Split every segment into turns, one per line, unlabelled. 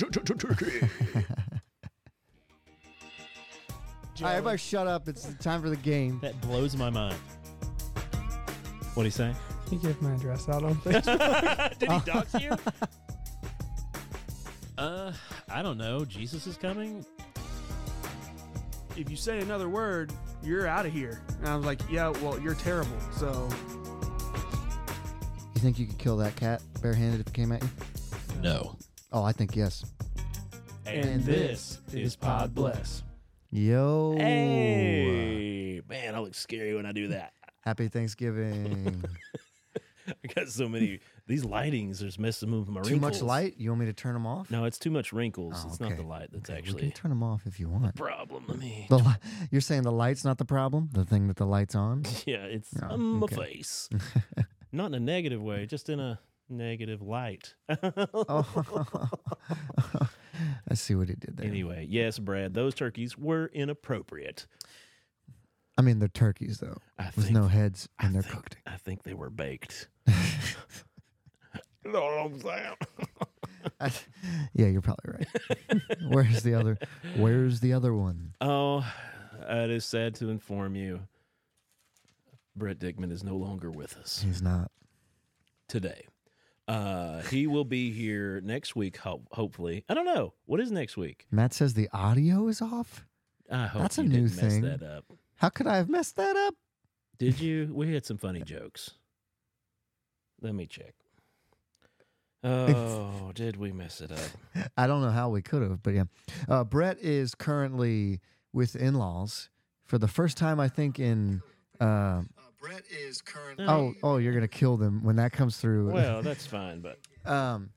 Turkey.
All right, everybody shut up. It's time for the game.
That blows my mind. What do you say?
He gave my address out on Facebook.
Did he dox you? Uh, I don't know. Jesus is coming.
If you say another word, you're out of here. And I was like, yeah, well, you're terrible. So
You think you could kill that cat barehanded if it came at you?
No.
Oh, I think yes.
And, this is Pod Bless.
Yo.
Hey, man, I look scary when I do that.
Happy Thanksgiving.
I got so many. These lightings There's messing with my
Too much
wrinkles.
light? You want me to turn them off?
No, it's too much wrinkles.
Oh,
It's not
okay.
the light that's
Okay, We
actually
can turn them off if you want.
problem. Let me.
The li- you're saying the light's not the problem? The thing that the light's on?
Yeah, it's
Oh,
on my
okay.
face. not in a negative way, just in a negative light.
Oh. I see what he did there.
Anyway, yes, Brad, those turkeys were inappropriate.
I mean, they're turkeys, though.
I
There's
think-
no heads, and
I
they're
think-
cooked.
I think they were baked. You know what I'm saying?
yeah, you're probably right. where's the other? Where's the other one?
Oh, it is sad to inform you, Brett Dickman is no longer with us
He's not.
today. Uh, he will be here next week, ho- hopefully. I don't know what is next week.
Matt says the audio is off.
I hope
That's a
you
new
didn't
thing.
Mess that up.
How could I have messed that up?
Did you? We had some funny jokes. Let me check. Oh, did we mess it up?
I don't know how we could have, but yeah. Uh, Brett is currently with in laws for the first time, I think, in. Uh,
Brett is currently.
oh, oh, you're going to kill them when that comes through.
Well, that's fine, but
um,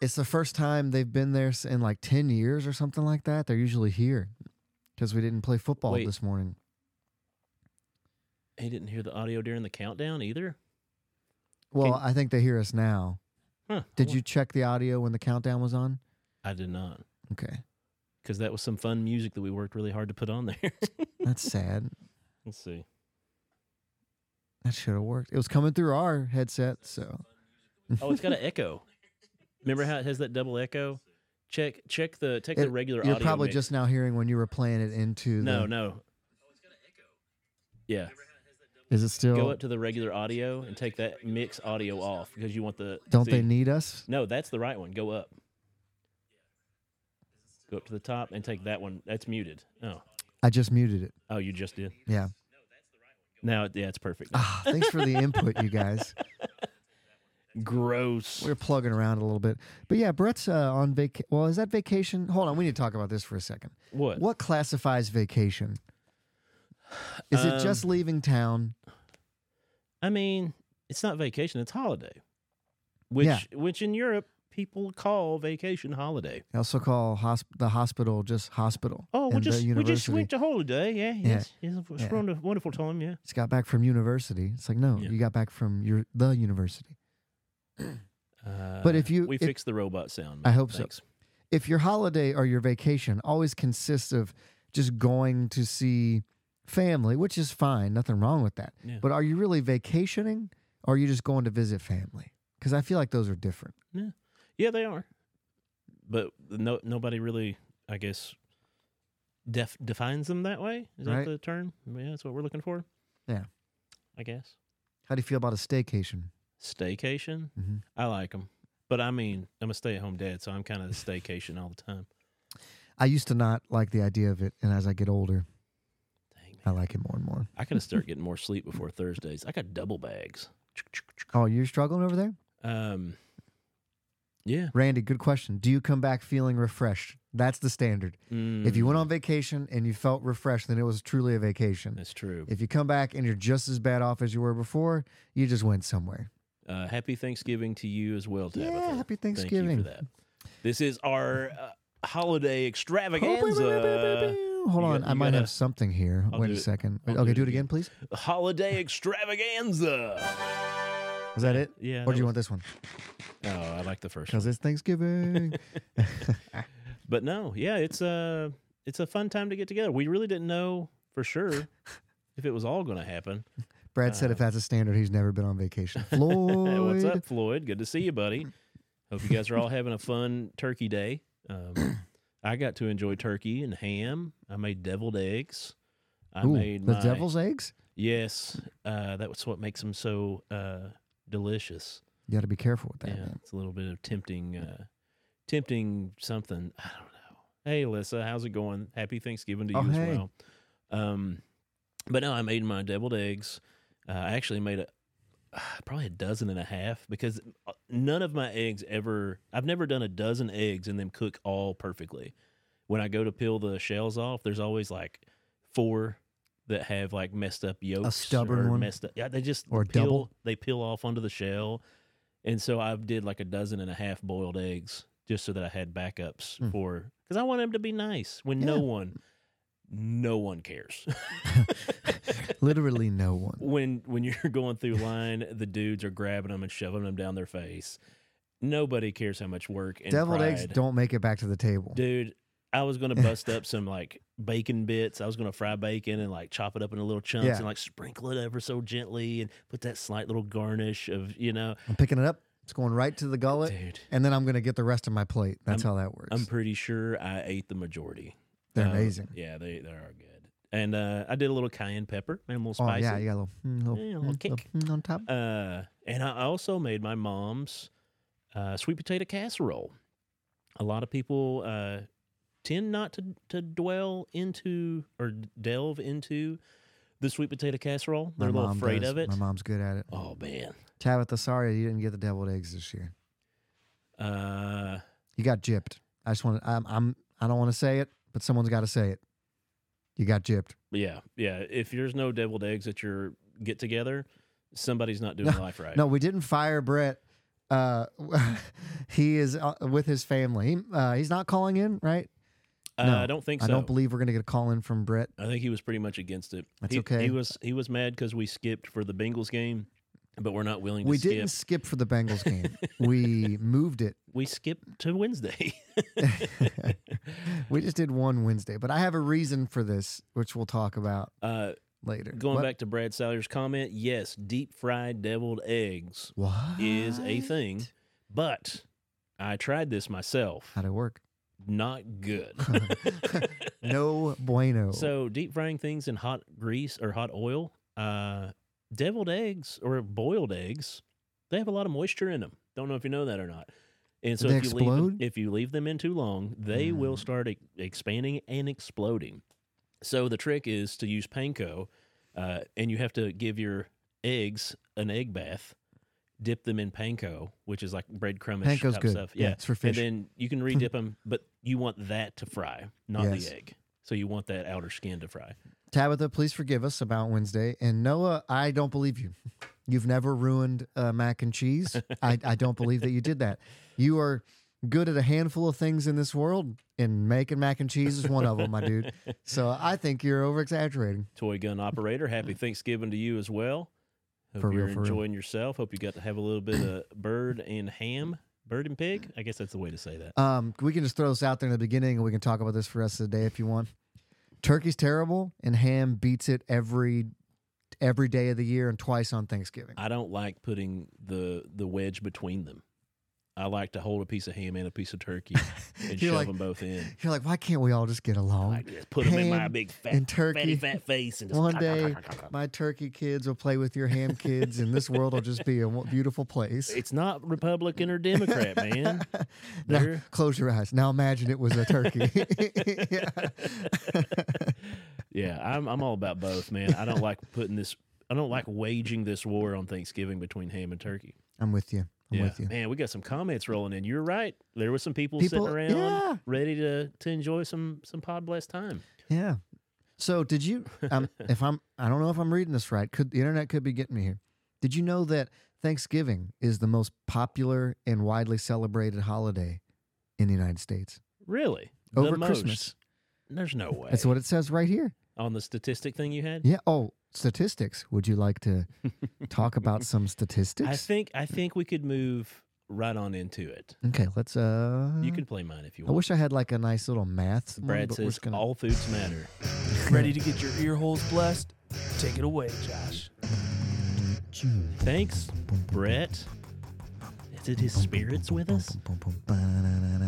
it's the first time they've been there s- in like 10 years or something like that. They're usually here because we didn't play football
Wait.
this morning.
he didn't hear the audio during the countdown either.
Well,
Can- Oh.
I think they hear us now.
Huh.
Did you check the audio when the countdown was on?
I did not,
Okay.
because that was some fun music that we worked really hard to put on there.
That's sad.
Let's see.
That should have worked. It was coming through our headset, so
Oh, it's got an echo. Remember how it has that double echo? Check check the take
It-
the regular
You're
audio.
probably
mix.
just now hearing when you were playing it into
no
the,
no. Yeah,
Is it still
go up to the regular audio and take that mix audio off because you want the.
Don't
see-
they need us?
No, that's the right one. Go up. Go up to the top and take that one. That's muted. Oh,
I just muted it.
oh, you just did.
Yeah.
Now, yeah, it's perfect.
Ah, thanks for the input, you guys.
Gross.
We We're plugging around a little bit. But yeah, Brett's uh, on vac well, is that vacation? Hold on, we need to talk about this for a second.
What?
What classifies vacation? Is it just
Um,
leaving town?
I mean, it's not vacation; it's holiday, which
Yeah.
which in Europe people call vacation holiday.
I also call hosp- the hospital just hospital.
Oh, we
and the
just we just
university.
went to holiday. Yeah, yes, yes, it was
Yeah.
a wonder- wonderful time. Yeah,
just got back from university. It's like, no,
Yeah.
you got back from your the university.
uh,
if you-
we
if-
fixed the robot sound,
I
man.
hope so.
Thanks.
If your holiday or your vacation always consists of just going to see family, which is fine, nothing wrong with that.
Yeah.
But are you really vacationing or are you just going to visit family? Because I feel like those are different.
Yeah, they are, but no nobody really, I guess, def- defines them that way. Is
Right.
that the term? Yeah, that's what we're looking for.
Yeah.
I guess
How do you feel about a staycation?
staycation.
Mhm.
I like them, but I mean, I'm a stay-at-home dad, so I'm kind of staycation all the time.
I used to not like the idea of it, and as I get older,
Dang, man.
I like it more and more.
I gotta start getting more sleep before Thursdays. I got double bags.
Oh, you're struggling over there?
Um, yeah.
Randy, good question. Do you come back feeling refreshed? That's the standard. If you
Mm,
went on vacation and you felt refreshed, then it was truly a vacation.
that's true.
If you come back and you're just as bad off as you were before, you just went somewhere.
Uh, happy Thanksgiving to you as well,
Yeah,
Tabitha.
happy
Thank
Thanksgiving.
you for that. This is our uh, holiday
Oh, boop, boop, boop, boop,
extravaganza.
boop. Hold
uh, You
on,
got-
I
you
might
gotta-
have something here.
I'll
Wait
do
a
it.
second.
I'll
okay,
do
do
it
it again, please.
Holiday extravaganza.
Is that it?
Yeah.
Or
that
do you
was-
want this one?
Oh, I like the first one.
Because it's Thanksgiving.
But no, yeah, it's a it's a fun time to get together. We really didn't know for sure if it was all going to happen.
Brad said if that's a standard, he's never been on vacation. Floyd.
Hey, what's up, Floyd? Good to see you, buddy. Hope you guys are all having a fun turkey day. Um, I got to enjoy turkey and ham. I made deviled eggs. I
Ooh,
made
the
my,
devil's eggs.
Yes, uh, that's what makes them so uh, delicious.
You got to be careful with that.
yeah,
Man.
it's a little bit of tempting, uh, tempting something. I don't know. Hey, Alyssa, how's it going? Happy Thanksgiving to
Oh,
you
hey.
as well. Um, but no, I made my deviled eggs. Uh, I actually made a probably a dozen and a half because uh, none of my eggs ever. I've never done a dozen eggs and then cook all perfectly. When I go to peel the shells off, there's always like four that have like messed up yolks,
stubborn
or
one?
messed up. Yeah, they just
Or
peel,
double?
They peel off onto the shell, and so I did like a dozen and a half boiled eggs just so that I had backups
Hmm.
for because I want them to be nice when no
Yeah.
one, no one cares.
Literally no one.
when when you're going through line, the dudes are grabbing them and shoving them down their face. Nobody cares how much work and
Deviled eggs
pride.
don't make it back to the table.
Dude, I was gonna bust up some like bacon bits. I was gonna fry bacon and like chop it up into little chunks
Yeah.
and like sprinkle it ever so gently and put that slight little garnish of you know,
I'm picking it up. It's going right to the gullet,
dude.
and then I'm gonna get the rest of my plate. That's how that works.
I'm pretty sure I ate the majority.
They're
Uh,
amazing.
Yeah, they they are good. And uh, I did a little cayenne pepper and a little
Oh
spicy.
yeah, you got a little, mm, little,
Yeah, a little
mm, little
kick.
mm, on top.
Uh, and I also made my mom's uh, sweet potato casserole. A lot of people uh, tend not to, to dwell into or delve into the sweet potato casserole. They're a little afraid
does.
of it.
My mom's good at it.
Oh man,
Tabitha, sorry you didn't get the deviled eggs this year.
uh,
You got gypped. I just want to. I'm. I'm I don't want to say it, but someone's got to say it. You got gypped.
yeah, yeah. If there's no deviled eggs at your get together, somebody's not doing life right.
No, we didn't fire Brett. Uh, he is uh, with his family. He, uh, he's not calling in, right?
uh,
no,
I don't think
I
so.
don't believe we're gonna get a call in from Brett.
I think he was pretty much against it.
That's
he,
okay.
He was he was mad because we skipped for the Bengals game, but we're not willing to
We
skip.
didn't skip for the Bengals game. we moved it.
we skipped to Wednesday.
We just did one Wednesday, but I have a reason for this, which we'll talk about
uh,
later.
going
What-
back to Brad Salyer's comment, yes, deep fried deviled eggs
what
is a thing, but I tried this myself.
How'd it work?
Not good.
No bueno.
so deep frying things in hot grease or hot oil, uh, deviled eggs or boiled eggs, they have a lot of moisture in them. Don't know if you know that or not. And so
They
if you, leave them,
explode?
if you leave them in too long, they will
Mm.
start e- expanding and exploding. So the trick is to use panko, uh, and you have to give your eggs an egg bath, dip them in panko, which is like breadcrumb
Panko's
type
good.
stuff. Yeah,
it's for
and
fish.
then you can redip them, but you want that to fry, not
Hmm. Yes.
the egg. So you want that outer skin to fry.
Tabitha, please forgive us about Wednesday. And Noah, I don't believe you. You've never ruined uh, mac and cheese. I, I don't believe that you did that. You are good at a handful of things in this world, and making mac and cheese is one of them, my dude. So I think you're over exaggerating.
Toy gun operator, happy Thanksgiving to you as well. Hope
For real,
you're
for real.
enjoying yourself. Hope you got to have a little bit of bird and ham, bird and pig. I guess that's the way to say that.
Um, we can just throw this out there in the beginning, and we can talk about this for the rest of the day if you want. Turkey's terrible, and ham beats it every every day of the year and twice on Thanksgiving.
I don't like putting the the wedge between them. I like to hold a piece of ham and a piece of turkey and
You're
shove
like-
them both in.
You're like, why can't we all just get along?
I just put them in my
ham
big fat,
and turkey.
fatty fat face and just
One day, my turkey kids will play with your ham kids, and this world will just be a wo- beautiful place.
It's not Republican or Democrat, man.
Now,
They're-
close your eyes. Now imagine it was a turkey. yeah.
Yeah, I'm I'm all about both, man. I don't like putting this. I don't like waging this war on Thanksgiving between ham and turkey.
I'm with you. I'm
yeah,
with you.
man, we got some comments rolling in. You're right. There were some people,
People-
sitting around
yeah.
ready to to enjoy some some pod blessed time.
Yeah. So did you? Um, if I'm, I don't know if I'm reading this right. Could the internet could be getting me here? Did you know that Thanksgiving is the most popular and widely celebrated holiday in the United States?
Really,
Over
the
Christmas.
Most. There's no way.
That's what it says right here.
on the statistic thing you had.
Yeah. Oh, statistics. Would you like to talk about some statistics?
I think I think we could move right on into it.
Okay, let's. Uh,
You can play mine if you
I
want.
wish I had like a nice little math. one,
Brad
but we're
says
just gonna-
all foods matter.
Ready to get your ear holes blessed? Take it away, Josh.
Thanks, Brett. It's did his spirits with us?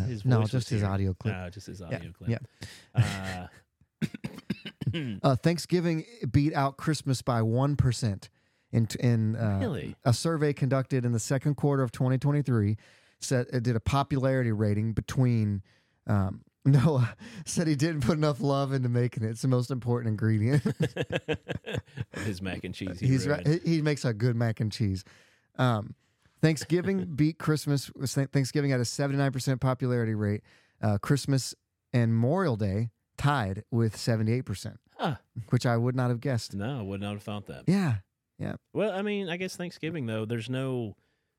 His
no,
voice was
just his
here.
audio clip.
No, just his
Yeah,
audio clip. Yeah. Uh,
Uh, Thanksgiving beat out Christmas by one percent. In in uh,
Really?
a survey conducted in the second quarter of 2023, said it did a popularity rating between. Um, Noah said he didn't put enough love into making it. It's the most important ingredient.
his mac and cheese. He
He's
ruined.
right. He he makes a good mac and cheese. Um, Thanksgiving beat Christmas. was Thank- Thanksgiving had a 79% popularity rate. Uh, Christmas and Memorial Day tied with 78%,
Huh.
which I would not have guessed.
No, I would not have thought that.
Yeah.
Well, I mean, I guess Thanksgiving though, there's no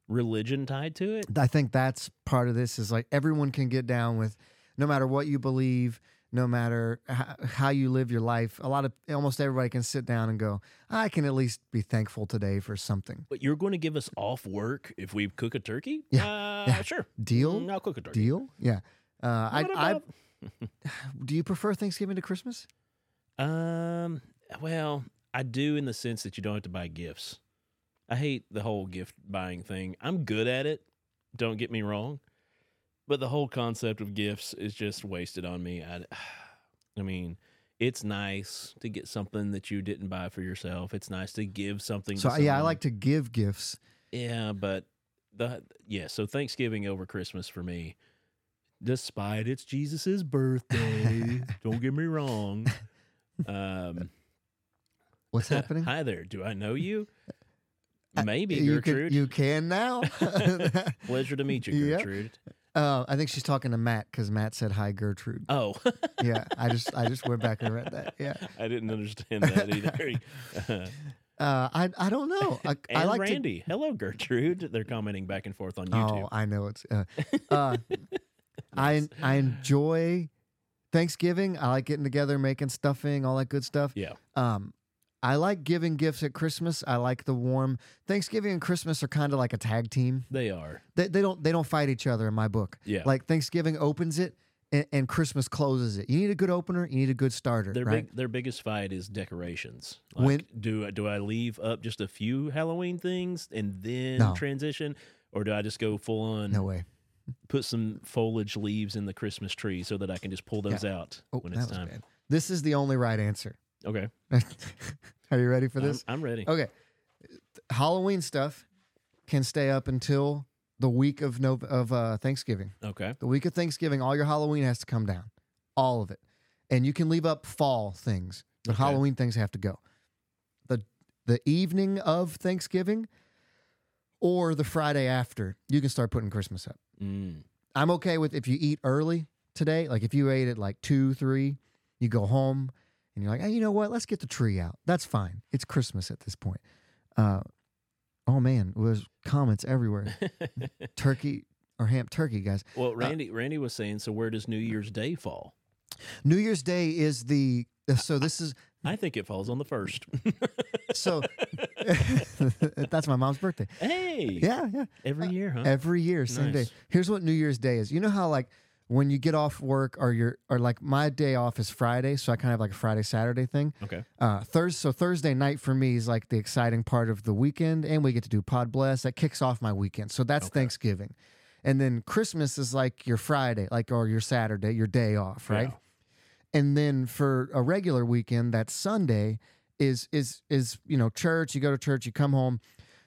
religion tied to it.
I think that's part of this is like everyone can get down with no matter what you believe, no matter how, how you live your life. A lot of almost everybody can sit down and go, I can at least be thankful today for something.
But you're going to give us off work if we cook a turkey?
Yeah,
Uh,
yeah.
Sure.
Deal?
Mm, I'll cook a turkey.
Deal? Yeah. Uh, I,
What
I
about-
Do you prefer Thanksgiving to Christmas?
Um. Well, I do in the sense that you don't have to buy gifts. I hate the whole gift buying thing. I'm good at it. Don't get me wrong, but the whole concept of gifts is just wasted on me. I, I mean, it's nice to get something that you didn't buy for yourself. It's nice to give something.
So
to
yeah, I
someone.
like to give gifts.
Yeah, but the yeah. So Thanksgiving over Christmas for me, despite it's Jesus's birthday. don't get me wrong. Um.
What's happening?
Hi there. Do I know you?
I-
Maybe
you
Gertrude.
Can, you can now.
Pleasure to meet you,
Yeah.
Gertrude.
uh, I think she's talking to Matt because Matt said hi, Gertrude.
Oh,
yeah, I just I just went back and read that. Yeah,
I didn't understand that either. Uh,
uh, I I don't know. I,
and
I like to.
Randy. Hello, Gertrude. They're commenting back and forth on
Oh,
YouTube.
I know it's. Uh, uh, I I enjoy Thanksgiving. I like getting together, making stuffing, all that good stuff.
yeah.
Um, I like giving gifts at Christmas. I like the warm Thanksgiving and Christmas are kind of like a tag team.
They are.
They, they don't they don't fight each other in my book.
Yeah.
Like Thanksgiving opens it and, and Christmas closes it. You need a good opener. You need a good starter.
Their
right?
big, their biggest fight is decorations. Like,
When-
do I- do I leave up just a few Halloween things and then
No.
transition, or do I just go full on
no way.
put some foliage leaves in the Christmas tree so that I can just pull those out
Oh,
when
that
it's
was
time?
bad. This is the only right answer.
Okay,
are you ready for
I'm-
this? Oh.
I'm, ready.
Okay. Halloween stuff can stay up until the week of no, of uh, Thanksgiving.
Okay.
The week of Thanksgiving, all your Halloween has to come down, all of it, and you can leave up fall things, but
Okay.
Halloween things have to go. the The evening of Thanksgiving, or the Friday after, you can start putting Christmas up.
Mm.
I'm okay with if you eat early today, like if you ate at like two, three, you go home and you're like, hey, you know what? Let's get the tree out. That's fine. It's Christmas at this point. Uh, oh man, there's comments everywhere. turkey or ham turkey, guys.
well, Randy, Randy was saying, so where does New Year's Day fall?
New Year's Day is the uh, so this is
I think it falls on the first.
so that's my mom's birthday.
hey,
Yeah, yeah.
every year, huh?
Every year, same
Nice.
day. Here's what New Year's Day is. You know how like when you get off work or you're or like my day off is Friday, so I kind of have like a Friday Saturday thing.
okay,
Uh Thursday so Thursday night for me is like the exciting part of the weekend and we get to do Pod Bless. That kicks off my weekend. So that's
Okay.
Thanksgiving. And then Christmas is like your Friday, like or your Saturday, your day off, right?
Yeah.
and then for a regular weekend that sunday is is is you know church you go to church you come home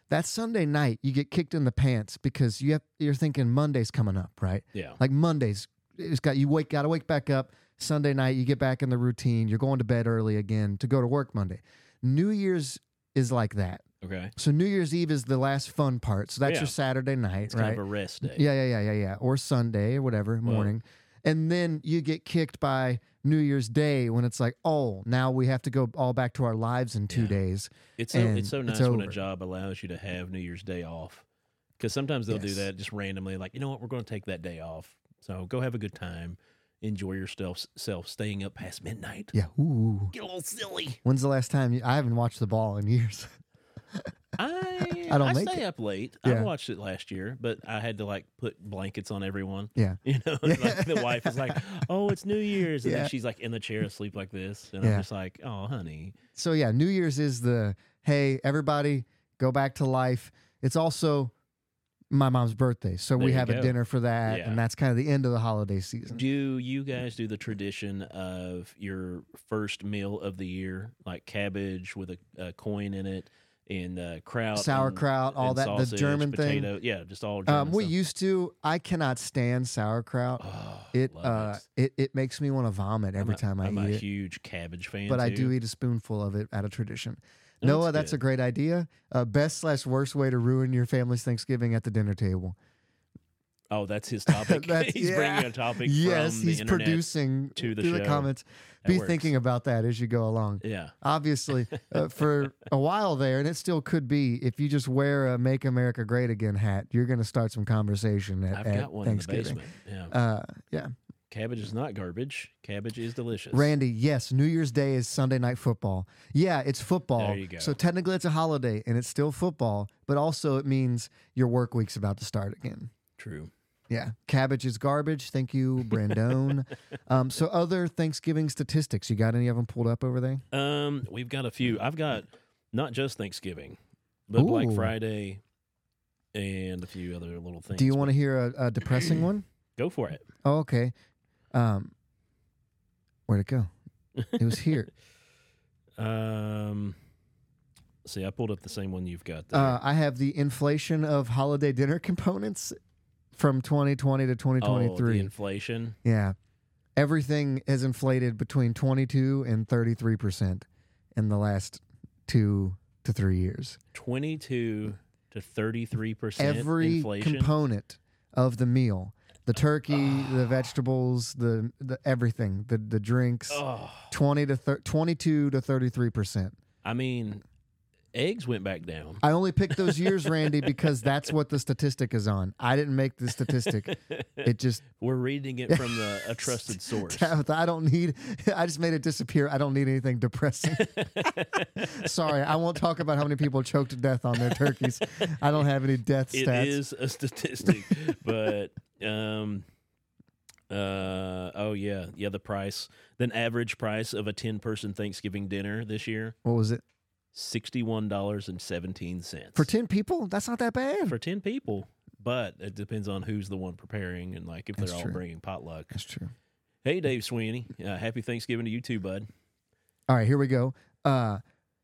that sunday night you get kicked in the pants because you have you're thinking monday's coming up right
Yeah.
like monday's it's got you wake gotta wake back up sunday night you get back in the routine you're going to bed early again to go to work monday new year's is like that
okay.
so new year's eve is the last fun part so that's
Yeah.
your saturday night
It's
right
kind of a rest day.
yeah, yeah, yeah, yeah, yeah. Or Sunday or whatever morning. and then you get kicked by New Year's Day when it's like, oh, now we have to go all back to our lives in two
Yeah.
days.
It's so,
and
it's so nice
it's
when a
over.
job allows you to have New Year's Day off. Because sometimes they'll do
Yes.
that just randomly, like you know what, we're going to take that day off. So go have a good time, enjoy yourself, self staying up past midnight.
Yeah. Ooh.
Get a little silly.
When's the last time you, I haven't watched the ball in years?
I
I don't make
stay up late. I
Yeah.
watched it last year, but I had to like put blankets on everyone.
Yeah.
You know,
Yeah.
like the wife is like, "Oh, it's New Year's," and
Yeah.
then she's like in the chair asleep like this, and I'm
Yeah.
just like, "Oh, honey,
So yeah, New Year's is the hey, everybody, go back to life. It's also my mom's birthday. So
There
we
you
have
go.
a dinner for that,
Yeah.
and that's kind of the end of the holiday season.
Do you guys do the tradition of your first meal of the year, like cabbage with a, a coin in it and uh, kraut, and-
Sauerkraut, all
and
that- the
sausage,
German thing?
potato. Yeah, just all German
Um, we
stuff.
used to. I cannot stand sauerkraut.
Oh,
it,
love
uh,
it.
it. it makes me want to vomit every
I'm a-
time I
I'm a
eat it.
huge cabbage fan,
But I
too.
do eat a spoonful of it out of tradition.
No,
Noah, that's a
good.
great idea. Uh, best slash worst way to ruin your family's Thanksgiving at the dinner table.
oh, that's his topic.
That's-
he's
yeah.
bringing a topic.
yes,
from the
he's
internet.
producing
to the
through the
show.
comments.
That
Be
works.
thinking about that as you go along.
Yeah,
Obviously, uh, for a while there, and it still could be, if you just wear a "Make America Great Again" hat, you're going to start some conversation at,
I've
at
got one in the
Thanksgiving.
basement. Yeah,
Uh, yeah,
cabbage is not garbage. Cabbage is delicious.
Randy. Yes, New Year's Day is Sunday night football. Yeah, it's football.
There you go.
So technically, it's a holiday, and it's still football, but also it means your work week's about to start again.
True.
Yeah, cabbage is garbage. Thank you, Brandon. um, so other Thanksgiving statistics. You got any of them pulled up over there?
Um, we've got a few. I've got not just Thanksgiving, but Black
Ooh.
Friday and a few other little things.
Do you want to hear a, a depressing one?
go for it?
Oh, okay. Um, where'd it go? It was here.
Um, see, I pulled up the same one you've got. There.
uh, I have the inflation of holiday dinner components from 2020 to
oh, the
2023.
inflation.
yeah, everything has inflated between 22 and 33 percent in the last two to three years.
Twenty-two to thirty-three percent
Every
inflation.
component of the meal. The turkey,
Ah.
the vegetables, the, the everything, the the drinks,
oh,
twenty to thir- twenty two to thirty three percent.
I mean, eggs went back down.
I only picked those years, Randy, because that's what the statistic is on. I didn't make the statistic. It just
We're reading it from the, a trusted source.
Tabitha, I don't need. I just made it disappear. I don't need anything depressing. Sorry, I won't talk about how many people choked to death on their turkeys. I don't have any death
It
stats.
is a statistic, but um, uh, oh yeah, yeah, the price, the average price of a ten-person Thanksgiving dinner this year,
What was it
sixty-one dollars and seventeen cents
for ten people? That's not that bad.
for ten people. But it depends on who's the one preparing and like if they're
That's
all
true.
bringing potluck.
That's true.
Hey, Dave Sweeney, uh, happy Thanksgiving to you too, bud.
All right, here we go. Uh,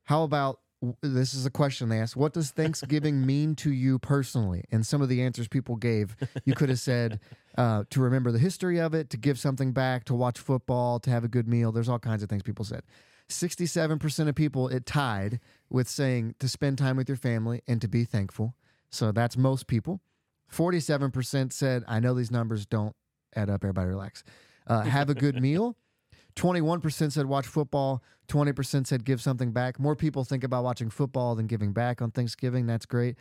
how about this is a question they asked. What does Thanksgiving mean to you personally? And some of the answers people gave, you could have said uh, to remember the history of it, to give something back, to watch football, to have a good meal. There's all kinds of things people said. 67% of people, it tied with saying to spend time with your family and to be thankful. So that's most people. 47% said, I know these numbers don't add up. Everybody relax. Uh, have a good meal. 21% said watch football. 20% said give something back. More people think about watching football than giving back on Thanksgiving. That's great.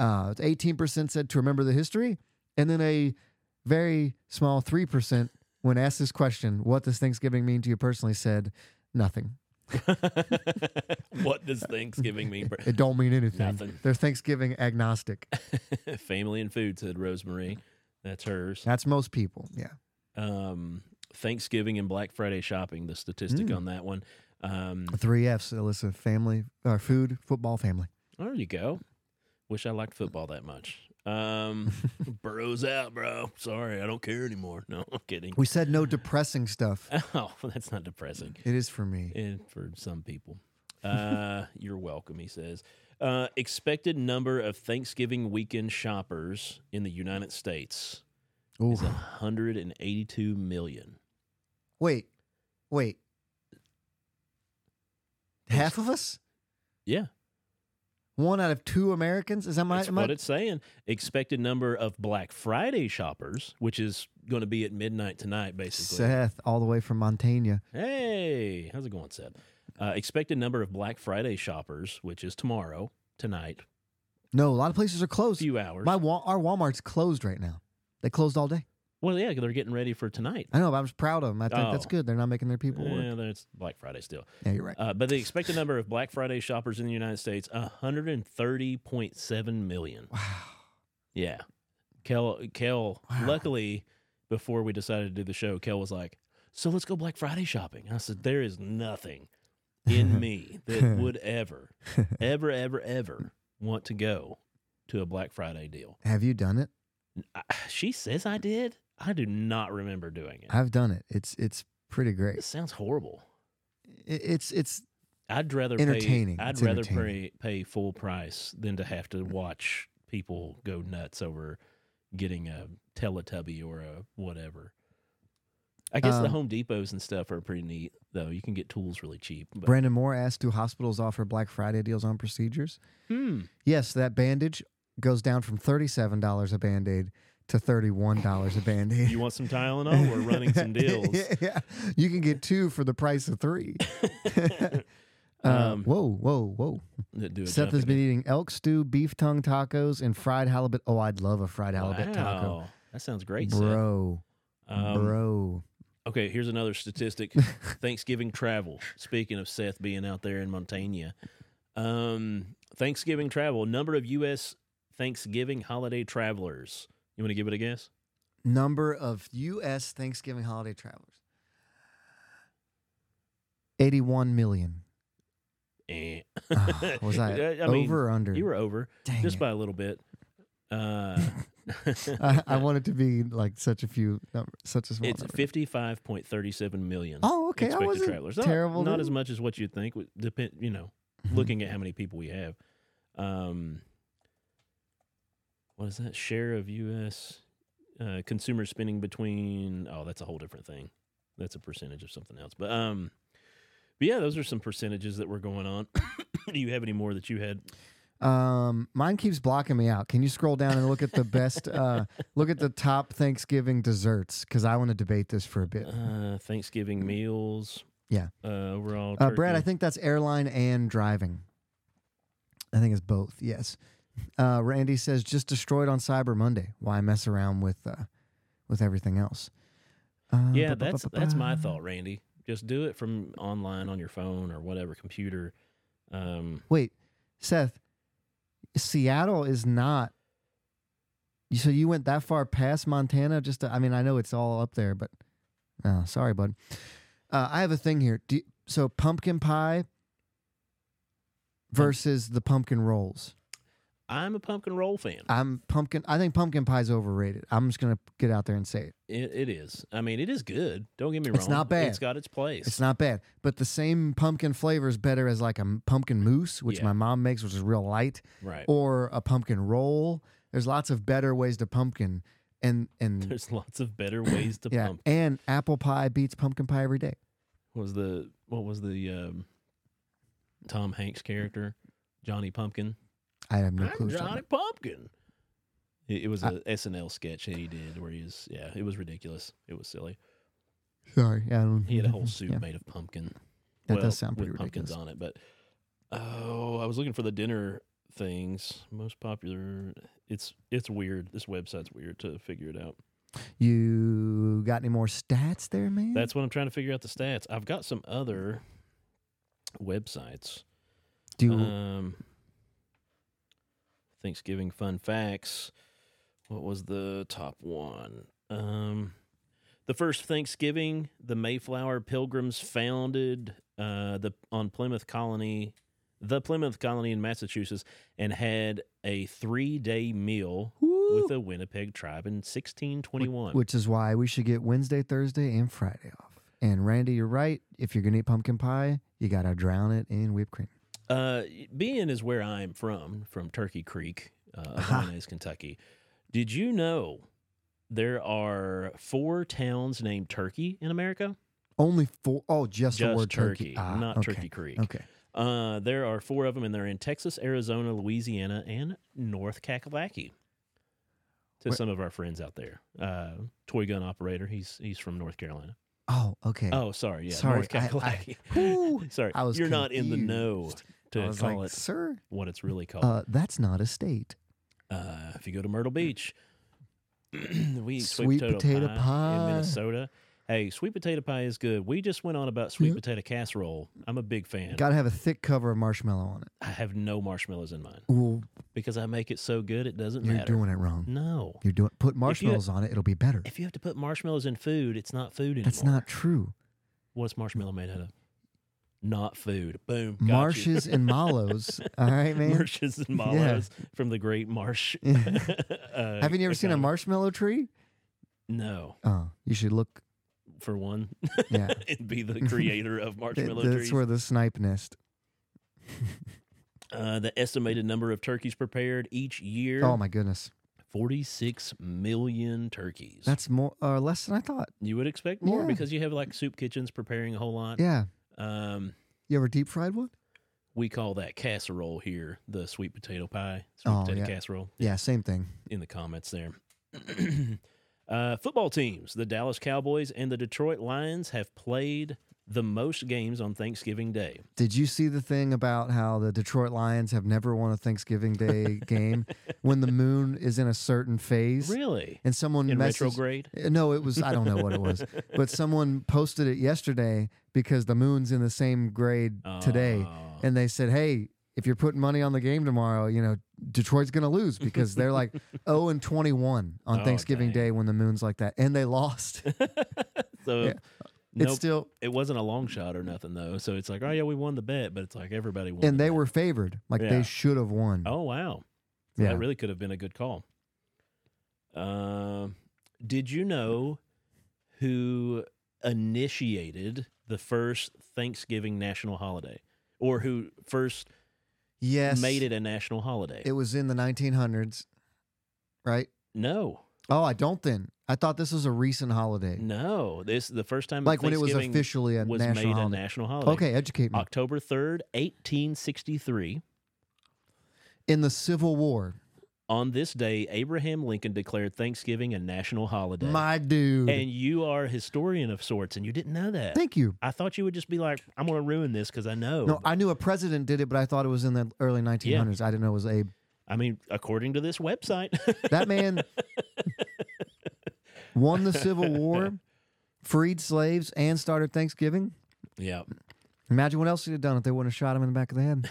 Uh, 18% said to remember the history. And then a very small 3%, when asked this question, what does Thanksgiving mean to you personally, said nothing.
what does Thanksgiving mean? for-
It don't mean anything.
Nothing.
They're Thanksgiving agnostic.
Family and food, said Rosemarie. That's hers.
That's most people. Yeah.
um, Thanksgiving and Black Friday shopping. The statistic on that one. Um,
The Three F's, Alyssa family, or food, football, family.
there you go. Wish I liked football that much. Um, Burrow's out, bro. Sorry, I don't care anymore. No, I'm kidding.
We said no depressing stuff.
Oh, that's not depressing.
It is for me.
And for some people, uh, you're welcome. He says. Uh, expected number of Thanksgiving weekend shoppers in the United States
Ooh.
is 182 million.
Wait, wait. Half of us?
Yeah,
One out of two Americans? Is that my?
That's
am I-
what it's saying. Expected number of Black Friday shoppers, which is going to be at midnight tonight, basically.
Seth, all the way from Montana.
Hey, how's it going, Seth? Uh, expected number of Black Friday shoppers, which is tomorrow, tonight,
No, a lot of places are
a
closed.
few hours.
My Wal- our Walmart's closed right now. They closed all day.
well, yeah, they're getting ready for tonight.
I know, but I was proud of them. I think that's
Oh.
good. They're not making their people work.
Yeah, it's Black Friday still.
Yeah, you're right.
Uh, but the expected number of Black Friday shoppers in the United States, 130.7 million.
Wow.
Yeah. Kel, Kel
Wow.
luckily, before we decided to do the show, Kel was like, So let's go Black Friday shopping. I said, There is nothing in me that would ever, ever, ever, ever want to go to a Black Friday deal.
Have you done it?
I, she says I did. I do not remember doing it.
I've done it. It's it's pretty great.
This sounds horrible.
It- It's it's
I'd rather
Entertaining.
Pay, I'd
It's
rather
entertaining.
pay pay full price than to have to watch people go nuts over getting a Teletubby or a whatever. I guess the
Um,
Home Depots and stuff are pretty neat, though. You can get tools really cheap. But,
Brandon Moore asked, do hospitals offer Black Friday deals on procedures?
hmm.
Yes, that bandage goes down from thirty-seven dollars a band aid to thirty-one dollars a band aid.
You want some Tylenol? We're running some deals.
yeah, you can get two for the price of three. Uh,
Um,
whoa, whoa, whoa!
That do a
Seth has
jumping
been eating elk stew, beef tongue tacos, and fried halibut. Oh, I'd love a fried halibut taco,
Wow. That sounds great, Seth.
bro,
Um,
bro.
Okay, here's another statistic: Thanksgiving travel. Speaking of Seth being out there in Montana, um, Thanksgiving travel. Number of U.S. Thanksgiving holiday travelers. You want to give it a guess?
Number of U.S. Thanksgiving holiday travelers: eighty-one million.
Eh.
Ah, was I,
I
over
mean,
or under?
You were over
Mm. Dang
just
it.
by a little bit. Uh,
I, I want it to be like such a few, number, such a small
it's
number.
fifty-five point thirty-seven million.
Oh, okay. I
expected
wasn't
travelers. Not-
terrible.
Not,
dude.
as much as what you'd think. would Depend, you know,
Mm-hmm.
looking at how many people we have. Um, what is that share of U.S. Uh, consumer spending between? Oh, that's a whole different thing. That's a percentage of something else. But um, but yeah, those are some percentages that were going on. Do you have any more that you had?
Um, mine keeps blocking me out. Can you scroll down and look at the best? Uh, look at the top Thanksgiving desserts because I want to debate this for a bit.
Uh, Thanksgiving meals.
Yeah.
Uh, overall,
Uh, Brad, I
turkey.
think that's airline and driving. I think it's both. Yes. Uh, Randy says just destroyed on Cyber Monday. Why mess around with uh, with everything else? Uh,
Yeah,
ba- ba-
that's
ba- ba-
that's my
ba.
thought, Randy. Just do it from online on your phone or whatever computer. Um,
Wait, Seth, Seattle is not. So you went that far past Montana? Just to, I mean, I know it's all up there, but no, sorry, bud. Uh, I have a thing here. Do so pumpkin pie versus the pumpkin rolls.
I'm a pumpkin roll fan.
I'm pumpkin. I think pumpkin pie's overrated. I'm just gonna get out there and say it.
It, it is. I mean, it is good. Don't get me wrong.
It's not bad.
It's got its place.
It's not bad, but the same pumpkin flavor is better as like a m- pumpkin mousse, which
Yeah.
my mom makes, which is real light.
right.
or a pumpkin roll. There's lots of better ways to pumpkin, and and
There's lots of better ways to
yeah,
pump.
and apple pie beats pumpkin pie every day.
What was the what was the um, Tom Hanks character? Johnny Pumpkin.
I have no clue.
I'm
what you're talking
Johnny
about.
Pumpkin. It, it was
I-
a SNL sketch that he did where he was yeah, it was ridiculous. It was silly.
Sorry, yeah, I don't,
He had a whole suit
Mm-hmm. yeah,
made of pumpkin.
that
well,
does sound pretty
with pumpkins
ridiculous.
on it. But oh, I was looking for the dinner things most popular. It's it's weird. This website's weird to figure it out.
You got any more stats there, man?
That's what I'm trying to figure out the stats. I've got some other websites.
do you,
Um, Thanksgiving fun facts. What was the top one? Um, the first Thanksgiving, the Mayflower Pilgrims founded uh, the on Plymouth Colony, the Plymouth Colony in Massachusetts, and had a three day meal with the Winnipeg tribe in 1621.
which is why we should get Wednesday, Thursday, and Friday off. And Randy, you're right. If you're gonna eat pumpkin pie, you gotta drown it in whipped cream.
Uh, being is where I'm from, from Turkey Creek, uh,
Uh-huh.
Aquinas, Kentucky. Did you know there are four towns named Turkey in America?
Only four. Oh, just, the
Just
word turkey,
Turkey,
Ah,
not
okay.
Turkey Creek.
Okay.
Uh, there are four of them, and they're in Texas, Arizona, Louisiana, and North Kakalaki. To
Where-
some of our friends out there, uh, toy gun operator, he's he's from North Carolina.
Oh, okay.
Oh, sorry, yeah,
Sorry,
North
I- I-
Kakalaki.
Whew,
sorry,
I was
you're not in the know
confused.
to
I
call
was like,
it Oh."
sir,
what it's really called.
uh, that's not a state.
Uh, if you go to Myrtle Beach, we eat
Hmm. Sweet
sweet potato,
potato
pie,
pie.
in Minnesota. Hey, sweet potato pie is good. We just went on about sweet
Yeah.
potato casserole. I'm a big fan.
Got to have a thick cover of marshmallow on it.
I have no marshmallows in mine
Ooh,
because I make it so good it doesn't
you're
matter. Mm.
doing it wrong.
no.
You're doing. Put marshmallows on it. It'll be better.
If you have to put marshmallows in food, it's not food anymore.
That's not true.
What's marshmallow made out of? not food. Boom. Got you.
Marshes and mallows. All right, man.
marshes and mallows from the Great Marsh. uh,
Haven't you ever seen a
economy.
marshmallow tree?
No,
Oh, you should look.
for one,
Yeah,
and be the creator of
Th-
marshmallow
that's
trees.
where the snipe nest.
Uh, the estimated number of turkeys prepared each year:
Oh my goodness,
forty-six million turkeys.
that's more or less than I thought.
you would expect more
Yeah.
because you have like soup kitchens preparing a whole lot.
Yeah,
Um,
you ever deep fried one?
we call that casserole here, the sweet potato pie, sweet
Oh,
potato
yeah.
casserole.
Yeah, same thing.
in the comments there. uh, football teams, the Dallas Cowboys and the Detroit Lions, have played the most games on Thanksgiving Day.
Did you see the thing about how the Detroit Lions have never won a Thanksgiving Day game when the moon is in a certain phase?
Really?
And someone
In
messaged,
retrograde?
Uh, No, it was I don't know what it was, but someone posted it yesterday because the moon's in the same grade today,
Oh.
and they said, "Hey, if you're putting money on the game tomorrow, you know Detroit's going to lose because they're like 0 and 21 on
Oh,
Thanksgiving
dang.
Day when the moon's like that, and they lost.
so
Yeah.
nope,
It's still
it wasn't a long shot or nothing, though. So it's like, oh, yeah, we won the bet, but it's like everybody won.
and
the
they
bet.
were favored, like
Yeah.
they should have won.
Oh, wow. So
yeah,
That really could have been a good call. Um, did you know who initiated the first Thanksgiving national holiday? Or who first
yes,
made it a national holiday.
It was in the 1900s, right?
no,
Oh, I don't then. I thought this was a recent holiday,
no. This the first time
like when it was
Thanksgiving
officially a
was
national
made
holiday.
a national holiday.
Okay, educate me.
October third, eighteen sixty three.
In the Civil War,
On this day, Abraham Lincoln declared Thanksgiving a national holiday.
my dude.
and you are a historian of sorts, and you didn't know that.
Thank you.
I thought you would just be like, "I'm going to ruin this because I know."
No, I knew a president did it, but I thought it was in the early 1900s. I didn't know it was Abe.
I mean, according to this website,
That man won the Civil War, freed slaves, and started Thanksgiving.
yeah.
Imagine what else he'd have done if they wouldn't have shot him in the back of the head.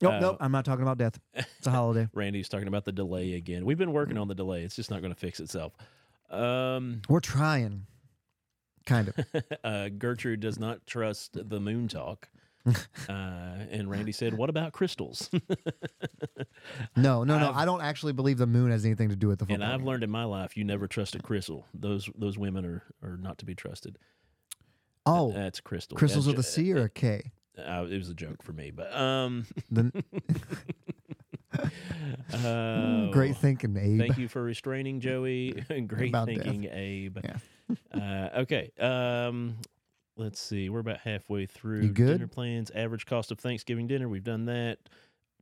Nope,
Uh,
nope. I'm not talking about death. It's a holiday.
Randy's talking about the delay again. We've been working on the delay; it's just not going to fix itself. Um,
We're trying, kind of.
uh, Gertrude does not trust the moon talk. Uh, and Randy said, What about crystals?
No, no, no.
I've-
I don't actually believe the moon has anything to do with the
and
football.
I've
game.
learned in my life you never trust a crystal. Those those women are, are not to be trusted.
oh,
That's crystal.
crystals
That's
of the
ju-
sea or a K?
Uh, it was a joke for me, but um
The,
uh,
Mm, Great thinking, Abe.
Thank you for restraining Joey. Great
About death.
thinking, Abe.
Yeah.
uh, okay. Um, let's see. We're about halfway through
good?
dinner plans. Average cost of Thanksgiving dinner. We've done that.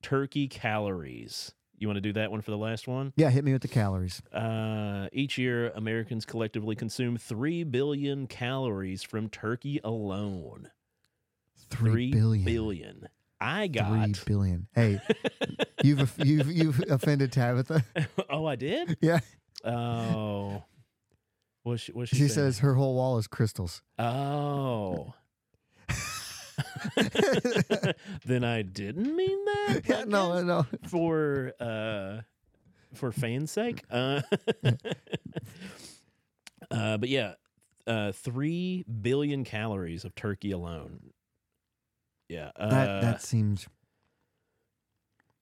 Turkey calories. You want to do that one for the last one?
Yeah, hit me with the calories.
Uh, each year, Americans collectively consume 3 billion calories from turkey alone.
Three
3
billion.
billion.
Three
I got.
billion. Hey, you've you've you've offended Tabitha.
oh, I did?
Yeah,
Oh. What's she, what's she,
she
saying?
says her whole wall is crystals.
Oh. then I didn't mean that.
Yeah,
I
no,
guess,
no.
For uh, for fans' sake. Uh, uh, but yeah, uh, three billion calories of turkey alone. Yeah, uh,
That that seems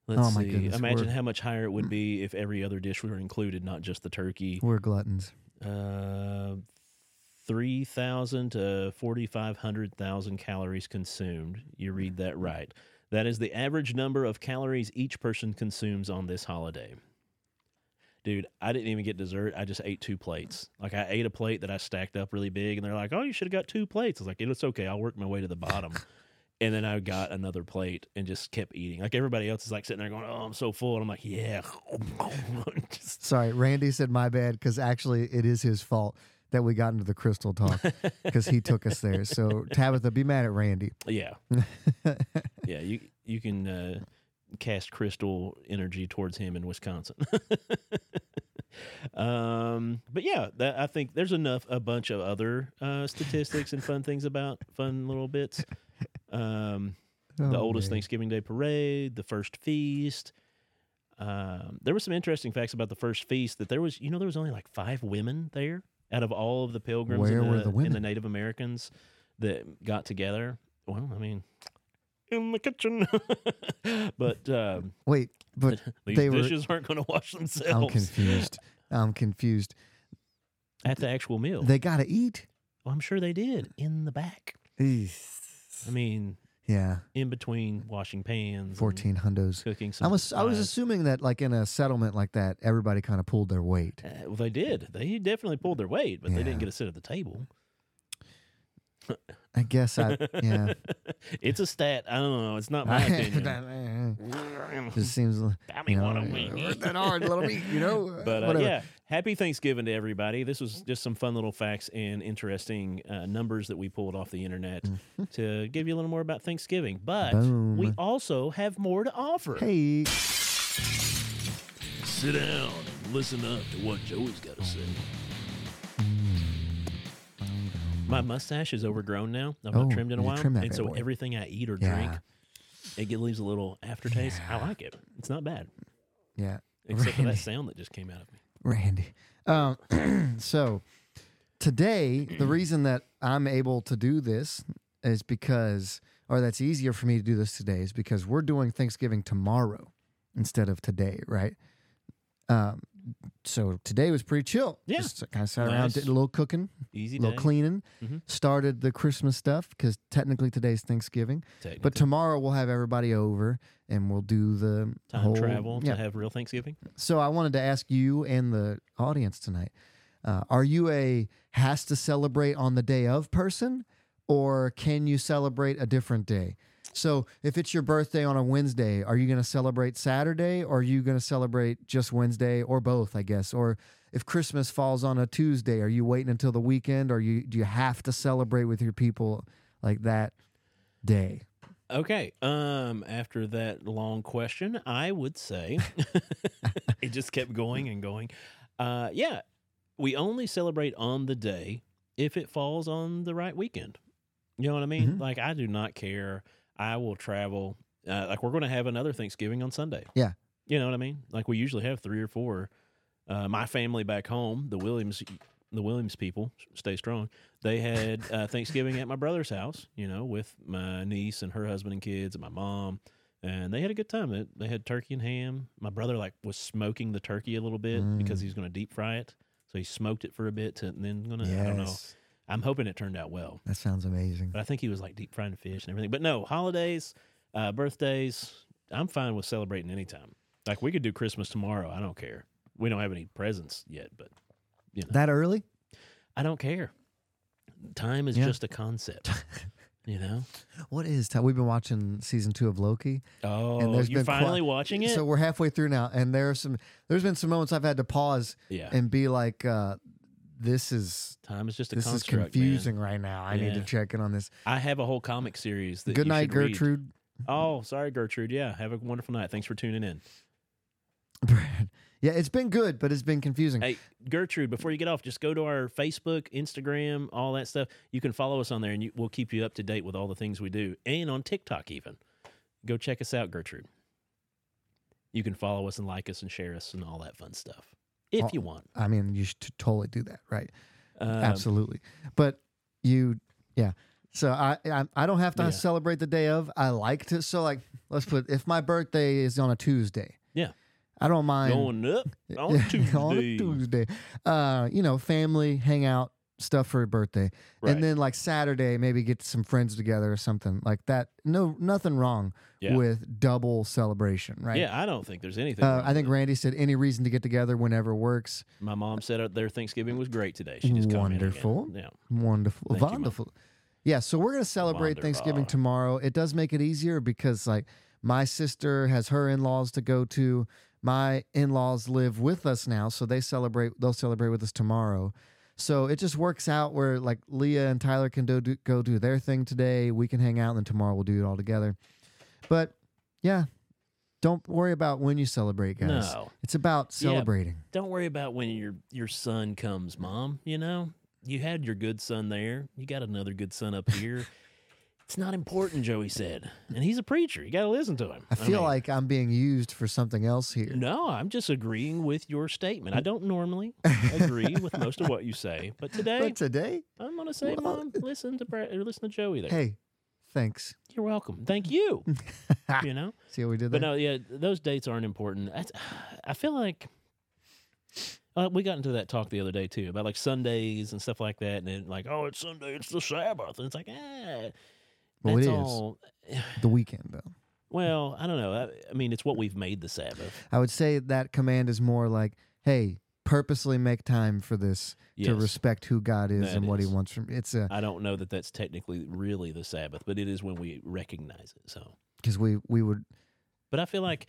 let's
oh my
see.
goodness,
Imagine
we're-
how much higher it would be if every other dish were included, not just the turkey.
we're gluttons.
Uh, 3,000 to 4,500,000 calories consumed. You read that right. That is the average number of calories each person consumes on this holiday. Dude, I didn't even get dessert. I just ate two plates. Like I ate a plate that I stacked up really big, and they're like, "Oh, you should have got two plates." I was like, "It's okay. I'll work my way to the bottom." and then I got another plate and just kept eating. Like everybody else is like sitting there going, "Oh, I'm so full," and I'm like, "Yeah." Just-
Sorry, Randy said my bad because actually it is his fault that we got into the crystal talk because he took us there. So Tabitha, be mad at Randy.
Yeah. yeah, you you can uh, cast crystal energy towards him in Wisconsin. um, but yeah, that, I think there's enough a bunch of other uh, statistics and fun things about fun little bits. Um, the
Oh,
oldest
man.
Thanksgiving Day parade, the first feast. Um, there were some interesting facts about the first feast that there was, you know, there was only like five women there out of all of the pilgrims
Where
and,
were
the,
the
and the
women?
Native Americans that got together. Well, I mean, in the kitchen. but um,
Wait, but
these
They were-
dishes aren't going to wash
I'm
themselves
confused. I'm confused.
at the actual meal.
They gotta eat.
well, I'm sure they did in the back. I mean,
Yeah,
in between washing pans, and
fourteen hundos.
cooking.
I
Some
was I was
sides.
assuming that like in a settlement like that, everybody kind of pulled their weight.
Uh, well, they did. They definitely pulled their weight, but they
Yeah.
didn't get a sit at the table.
I guess I yeah.
it's a stat. I don't know. It's not my opinion.
Just seems like
I
you
mean,
know,
what a
work that hard, little me, you know.
But uh,
whatever.
yeah, happy Thanksgiving to everybody. This was just some fun little facts and interesting uh, numbers that we pulled off the internet to give you a little more about Thanksgiving. But we
Mm. Boom.
also have more to offer.
Hey,
Sit down and listen up to what Joey's got to say. My mustache is overgrown now. I've
Oh,
not trimmed in a
you
while.
trim that
and
bad
so
boy.
everything I eat or
Yeah.
drink, it get- leaves a little aftertaste. I
Yeah.
like it. It's not bad.
yeah,
Except for that
Randy.
sound that just came out of me.
Randy. Um, so today, the reason that I'm able to do this is because, or that's easier for me to do this today, is because we're doing Thanksgiving tomorrow instead of today, right? Um, so today was pretty chill.
Yeah.
Just kind of sat around,
Nice.
did a little cooking,
Easy
a little
day.
cleaning,
Mhm.
started the Christmas stuff because technically today's Thanksgiving. But
technically.
tomorrow we'll have everybody over and we'll do the
time
whole,
travel
Yeah.
to have real Thanksgiving.
So I wanted to ask you and the audience tonight: uh, Are you a has to celebrate on the day of person, or can you celebrate a different day? So if it's your birthday on a Wednesday, are you going to celebrate Saturday, or are you going to celebrate just Wednesday, or both? I guess. Or if Christmas falls on a Tuesday, are you waiting until the weekend, or you do you have to celebrate with your people like that day?
Okay. Um. After that long question, I would say it just kept going and going. Uh. Yeah. We only celebrate on the day if it falls on the right weekend. You know what I mean?
Mhm.
Like I do not care. I will travel. Uh, like we're going to have another Thanksgiving on Sunday.
Yeah.
You know what I mean? Like we usually have three or four. Uh, my family back home, the Williams, the Williams people, stay strong. They had uh, Thanksgiving at my brother's house. You know, with my niece and her husband and kids and my mom, and they had a good time. They, they had turkey and ham. My brother like was smoking the turkey a little bit because he was going to deep fry it. So he smoked it for a bit to, and then going to. I don't know.
Yes.
I'm hoping it turned out well
That sounds amazing.
but I think he was like deep frying fish and everything. But no, holidays, uh, birthdays, I'm fine with celebrating anytime. Like we could do Christmas tomorrow. I don't care. We don't have any presents yet, but
That early?
I don't care. Time is
Yeah.
just a concept, you know.
What is time? We've been watching season two of Loki.
Oh,
there's
you're
been qua-
finally watching it.
So we're halfway through now, and there are some. There's been some moments I've had to pause
yeah,
and be like, uh, "This is
time is just a
this is
construct. man.
confusing right now. I need to
Yeah.
check in on this."
I have a whole comic series. That
Good
you
night,
should read.
Gertrude.
Oh, sorry, Gertrude. Yeah, have a wonderful night. Thanks for tuning in.
Brad. yeah, it's been good, but it's been confusing.
Hey, Gertrude, before you get off, just go to our Facebook, Instagram, all that stuff. You can follow us on there and you, we'll keep you up to date with all the things we do and on TikTok, even. Go check us out, Gertrude. You can follow us and like us and share us and all that fun stuff if
Well,
you want.
I mean, you should totally do that, right?
Um,
Absolutely. But you, yeah. So I, I I don't have to
Yeah.
celebrate the day of. I like to. So like, let's put if my birthday is on a Tuesday.
Yeah.
I don't mind
Um, Going up on
Yeah,
Tuesday.
on a Tuesday. Uh, you know, family, hang out, stuff for a birthday.
Right.
And then like Saturday, maybe get some friends together or something like that. No, nothing wrong
Yeah.
with double celebration, right?
Yeah, I don't think there's anything.
Uh,
wrong
I
with
think
it.
Randy said any reason to get together whenever works.
my mom said that their Thanksgiving was great today. She just commented again.
Wonderful.
Yeah.
Wonderful.
Thank you, Mom.
Wonderful. yeah, so we're going to celebrate
Wonderful.
Thanksgiving tomorrow. It does make it easier because, like, my sister has her in laws to go to. My in laws live with us now, so they celebrate, they'll celebrate with us tomorrow. So it just works out where, like, Leah and Tyler can do, do, go do their thing today. We can hang out, and then tomorrow we'll do it all together. But yeah, don't worry about when you celebrate, guys.
No.
It's about
Yeah.
celebrating.
don't worry about when your your son comes, mom. You know, you had your good son there. You got another good son up here. it's not important, Joey said, and he's a preacher. You got to listen to him.
I feel
mean,
like I'm being used for something else here.
no, I'm just agreeing with your statement. I don't normally agree with most of what you say, but today
But today,
I'm gonna say,
Well-
mom, listen to Brad or listen to Joey there.
hey, thanks.
You're welcome. Thank you. you know,
See how we did that?
but no, yeah, those dates aren't important. That's, I feel like uh, we got into that talk the other day too about like Sundays and stuff like that, and then like, oh, it's Sunday, it's the Sabbath, and it's like, ah,
Well, it
that's
is.
all.
the weekend, though.
Well, I don't know. I, I mean, it's what we've made the Sabbath
I would say that command is more like, hey, purposely make time for this to
Yes.
respect who God is
That
and what
is.
He wants from. It's a
I don't know that that's technically really the Sabbath, but it is when we recognize it. So,
because we we would
but I feel like,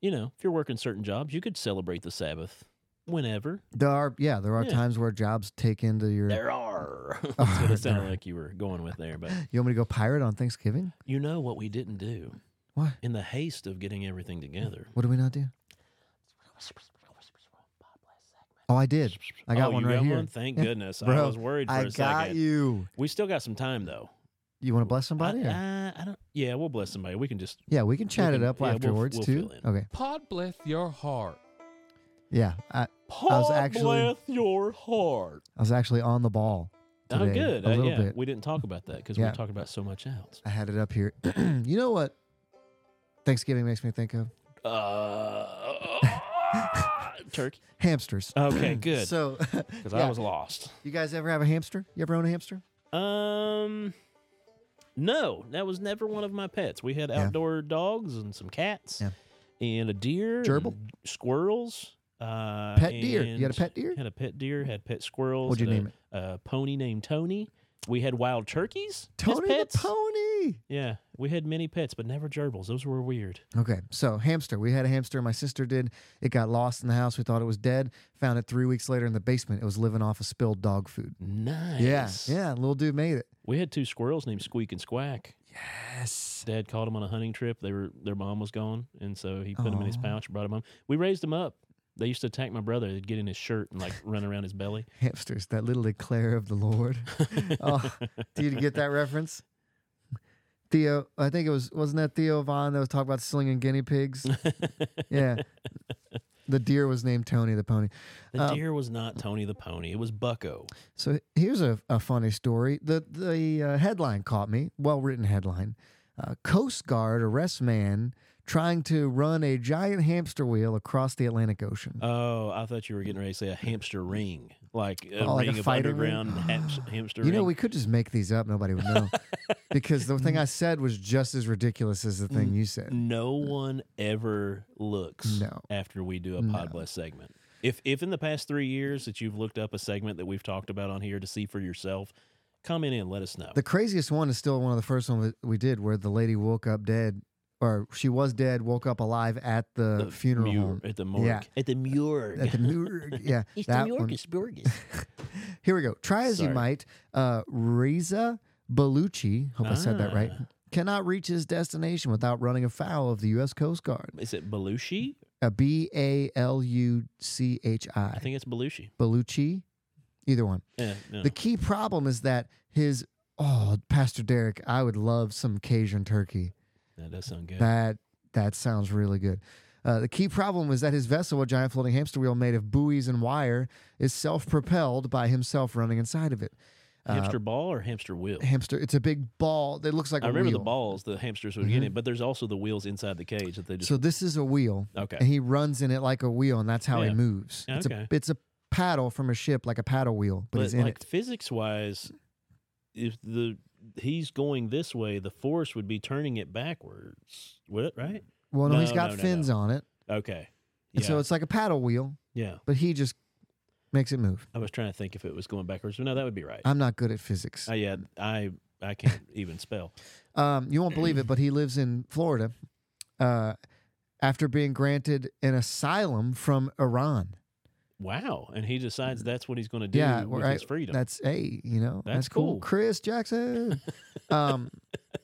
you know, if you're working certain jobs, you could celebrate the Sabbath whenever.
there are yeah there are
Yeah.
times where jobs take into your.
There are. that's what
There
it sounded
are.
like you were going with there, but
You want me to go pirate on Thanksgiving?
you know what we didn't do
What?
in the haste of getting everything together.
What do we not do? Oh, I did. I got
oh,
one
you
right
got
here.
One? Thank
Yeah.
goodness. I
Bro,
was worried for
I
a
got
second.
you.
We still got some time though.
You want to bless somebody?
I,
or-
I, I don't. Yeah, we'll bless somebody. We can just
yeah, we can chat
can-
it up
yeah, we'll-
afterwards
we'll
too.
fill in.
Okay.
Pod bless your heart.
Yeah, I, I was
"Paul,
actually-
bless your heart.
was actually on the ball.
Oh,
today,
good.
A
Uh,
little
yeah,
bit.
we didn't talk about that because
Yeah.
we talked about so much else.
I had it up here. you know what? Thanksgiving makes me think of
Uh, turkey.
hamsters.
Okay, good.
So,
Because I
yeah.
was lost.
you guys ever have a hamster? You ever own a hamster?
Um, no, that was never one of my pets. We had
Yeah.
outdoor dogs and some cats,
Yeah.
and a deer,
Gerbil?
and squirrels. Uh,
Pet deer. You had a
and
pet deer?
Had a pet deer. Had pet squirrels.
What'd you
had
name it?
a, A pony named Tony. We had wild turkeys. as
Tony
pets.
the pony.
Yeah, we had many pets, but never gerbils. Those were weird.
Okay, so hamster. We had a hamster. My sister did. It got lost in the house. We thought it was dead. Found it three weeks later in the basement. It was living off of spilled dog food.
Nice.
Yeah, yeah. Little dude made it.
We had two squirrels named Squeak and Squack.
Yes.
Dad caught them on a hunting trip. They were their mom was gone, and so he put them in his
Aw.
pouch, brought them home. We raised them up. They used to attack my brother. They'd get in his shirt and like run around his belly.
Hamsters, that little eclair of the Lord. oh, do you get that reference? Theo, I think it was wasn't that Theo Vaughn that was talking about slinging guinea pigs? yeah. The deer was named Tony the pony.
The
Um,
deer was not Tony the Pony. It was Bucko.
So here's a, a funny story. The the uh, headline caught me. Well written headline. Uh, Coast Guard arrests man trying to run a giant hamster wheel across the Atlantic Ocean.
Oh, I thought you were getting ready to say a hamster ring, like a
Oh, like a
ring of
fighting ring?
underground haps- hamster.
you know,
ring.
we could just make these up. Nobody would know because the thing I said was just as ridiculous as the thing you said.
no one ever looks
No.
after we do a pod bless segment. If if in the past three years that you've looked up a segment that we've talked about on here to see for yourself, comment in, let us know.
The craziest one is still one of the first ones we did, where the lady woke up dead, or she was dead, woke up alive at the, funeral
Muir-
home.
at the morgue.
Yeah.
At the morgue.
At the morgue, yeah, that one. Here we go. Try as
Sorry.
you might, uh, Reza Bellucci. Hope I said that right.
Ah.
Cannot reach his destination without running afoul of the U.S. Coast Guard.
Is it Belushi?
A B A L U C H
I
I.
think it's Belushi.
Bellucci, either one.
Yeah, no.
The key problem is that his. Oh, Pastor Derek, I would love some Cajun turkey.
that does sound good.
That that sounds really good. Uh, the key problem is that his vessel, a giant floating hamster wheel made of buoys and wire, is self-propelled by himself running inside of it.
hamster ball or hamster wheel?
uh, hamster. It's a big ball that looks like
I
a
remember
wheel. Mm-hmm.
the balls the hamsters would get in, but there's also the wheels inside the cage that they just.
So this is a wheel, and
okay.
he runs in it like a wheel, and that's how
Yeah.
he moves. It's
Okay.
a it's a paddle from a ship, like a paddle wheel, but,
But,
he's in
like
it.
physics wise, if the he's going this way, the force would be turning it backwards. What, right?
Well, no, he's
no,
got
no, no,
fins on it,
Okay.
and
Yeah.
so it's like a paddle wheel,
yeah.
but he just makes it move.
I was trying to think if it was going backwards, but no, that would be right.
I'm not good at physics.
Uh, yeah, I I can't even spell.
Um, you won't believe it, but he lives in Florida. Uh, after being granted an asylum from Iran,
Wow. And he decides that's what he's going to do
Mm-hmm. yeah,
with
right.
his freedom.
That's hey, you know,
That's
that's,
cool.
cool. Chris Jackson. um,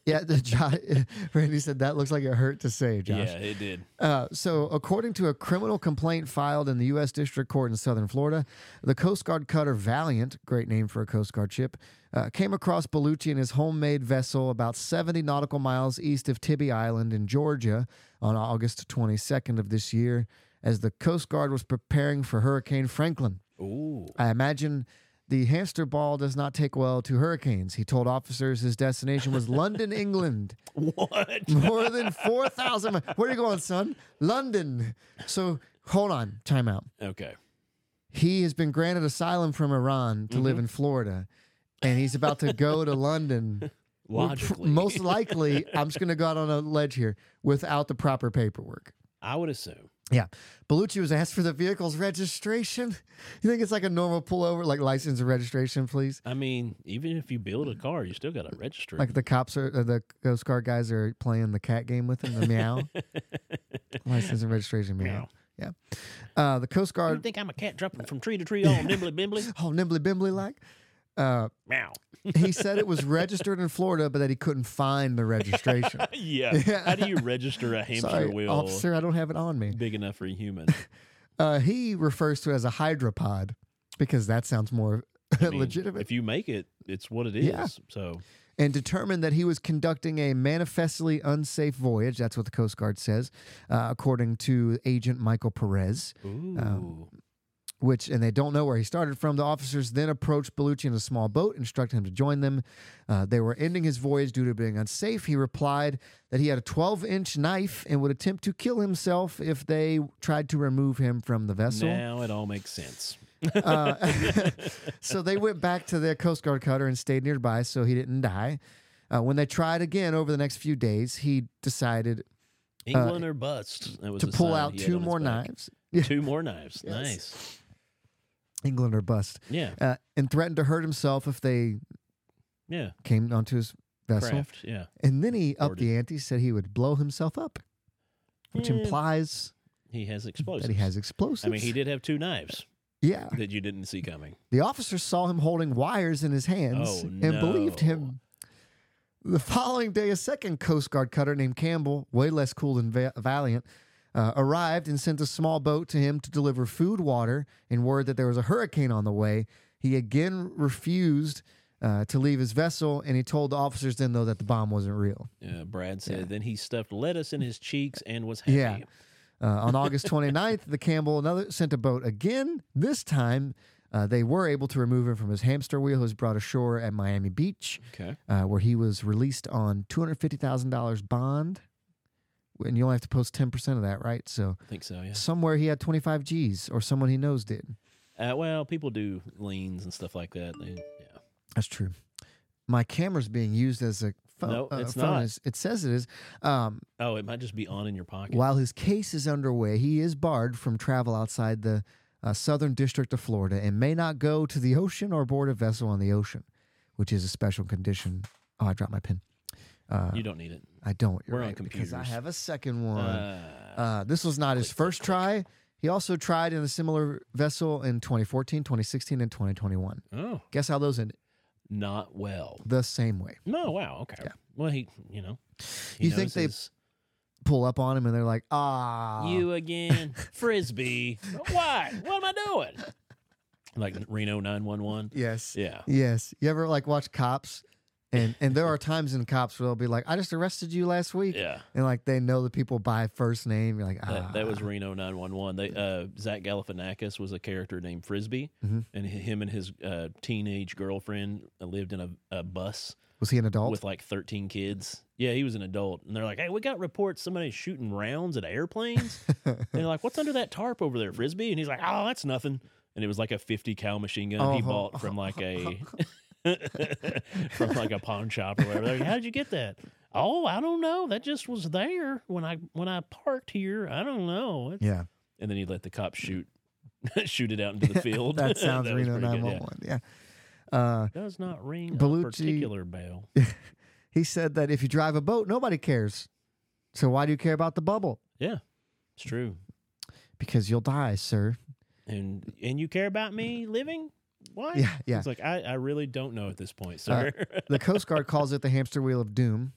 yeah, the jo- Randy said that looks like it hurt to say, Josh.
Yeah, it did.
Uh, so, according to a criminal complaint filed in the U.S. District Court in Southern Florida, the Coast Guard cutter Valiant, great name for a Coast Guard ship, uh, came across Bellucci in his homemade vessel about 70 nautical miles east of Tibby Island in Georgia on August 22nd of this year as the Coast Guard was preparing for Hurricane Franklin.
Ooh.
I imagine The hamster ball does not take well to hurricanes. He told officers his destination was London, England.
What?
More than 4,000 mi- Where are you going, son? London. So hold on, time out.
Okay.
He has been granted asylum from Iran to live in Florida, and he's about to go to London. Well, pr-
Logically,
Most likely, I'm just going to go out on a ledge here without the proper paperwork.
I would assume.
Yeah. Bellucci was asked for the vehicle's registration. You think it's like a normal pullover, like license and registration, please?
I mean, even if you build a car, you still got to register. it.
Like the cops are, uh, the Ghost Guard guys are playing the cat game with him, the meow. license and registration, meow. Yeah. Uh, the Coast
you
Guard,
think I'm a cat dropping from tree to tree all nimbly bimbly?
oh, nimbly bimbly like. Uh,
Meow.
he said it was registered in Florida, but that he couldn't find the registration.
Yeah. How do you register a hamster
Sorry,
wheel
officer, I don't have it on me.
big enough for a human?
Uh, he refers to it as a hydropod because that sounds more
I mean,
legitimate.
If you make it, it's what it is.
Yeah.
So
and determined that he was conducting a manifestly unsafe voyage. That's what the Coast Guard says, uh, according to Agent Michael Perez.
Ooh.
Which and they don't know where he started from. The officers then approached Bellucci in a small boat, instructing him to join them. Uh, they were ending his voyage due to being unsafe. He replied that he had a 12-inch knife and would attempt to kill himself if they tried to remove him from the vessel.
now it all makes sense.
Uh, so they went back to their Coast Guard cutter and stayed nearby so he didn't die. Uh, when they tried again over the next few days, he decided
England or bust. That was
Uh, to
the
pull
sign
out
he had
two
on his
more
back.
knives. Yeah,
Two more knives.
Yes.
Nice.
England or bust.
Yeah.
Uh, and threatened to hurt himself if they
Yeah.
came onto his vessel.
Craft. Yeah.
And then he upped
Boarded.
the ante, said he would blow himself up, which
Yeah.
implies
He has explosives.
that he has explosives.
I mean, he did have two knives
Yeah.
that you didn't see coming.
The officers saw him holding wires in his hands
Oh,
and believed him. The following day, a second Coast Guard cutter named Campbell, way less cool than Va- Valiant, uh, arrived and sent a small boat to him to deliver food, water, and word that there was a hurricane on the way. He again refused uh, to leave his vessel, and he told the officers then, though, that the bomb wasn't real.
Uh, Brad said. Then he stuffed lettuce in his cheeks and was happy.
Yeah. Uh, on August 29th, the Campbell another sent a boat again. This time, uh, they were able to remove him from his hamster wheel. He was brought ashore at Miami Beach,
Okay.
uh, where he was released on $250,000 bond. And you only have to post 10% of that, right? So
I think so. Yeah.
somewhere he had 25 G's or someone he knows did.
Uh, well, people do liens and stuff like that. They, yeah.
That's true. My camera's being used as a phone.
No, it's
phone
not.
is- it says it is. Um,
Oh, it might just be on in your pocket.
While his case is underway, he is barred from travel outside the uh, Southern District of Florida and may not go to the ocean or board a vessel on the ocean, which is a special condition. Oh, I dropped my pen.
you don't need it.
I don't. You're
We're on
right because I
computers.
have a second one.
Uh,
Uh, this was not his first try. He also tried in a similar vessel in 2014, 2016, and 2021.
oh,
Guess how those ended?
not well.
The same way.
No. Wow. Okay. Well, he. You know. he
You think
knows
they-
his-
Pull up on him and they're like, ah.
You again, frisbee. Why? What am I doing? Like Reno nine one one.
Yes.
Yeah.
Yes. You ever like watch cops? And and there are times in cops where they'll be like, I just arrested you last week.
Yeah.
And like they know the people by first name. You're like, ah.
That, that was Reno 911. They uh, Zach Galifianakis was a character named Frisbee, and h- him and his uh, teenage girlfriend uh, lived in a, a bus
Was he an adult?
with like 13 kids. Yeah, he was an adult, and they're like, "Hey, we got reports somebody's shooting rounds at airplanes." and they're like, "What's under that tarp over there, Frisbee?" And he's like, "Oh, that's nothing." And it was like a 50 cal machine gun
Oh.
he bought from like a from like a pawn shop or whatever. They're like, How'd you get that? Oh, I don't know. That just was there when I when I parked here. I don't know. It's-
yeah.
and then he let the cop shoot shoot it out into the field.
that sounds
was
Reno
pretty good, yeah.
911. Yeah. Uh,
Does not ring
Bellucci-
a particular bell.
he said that if you drive a boat, nobody cares. So why do you care about the bubble?
Yeah, it's true.
Because you'll die, sir.
And and you care about me living? Why?
Yeah, yeah.
It's like I, I really don't know at this point, sir.
The Coast Guard calls it the hamster wheel of doom.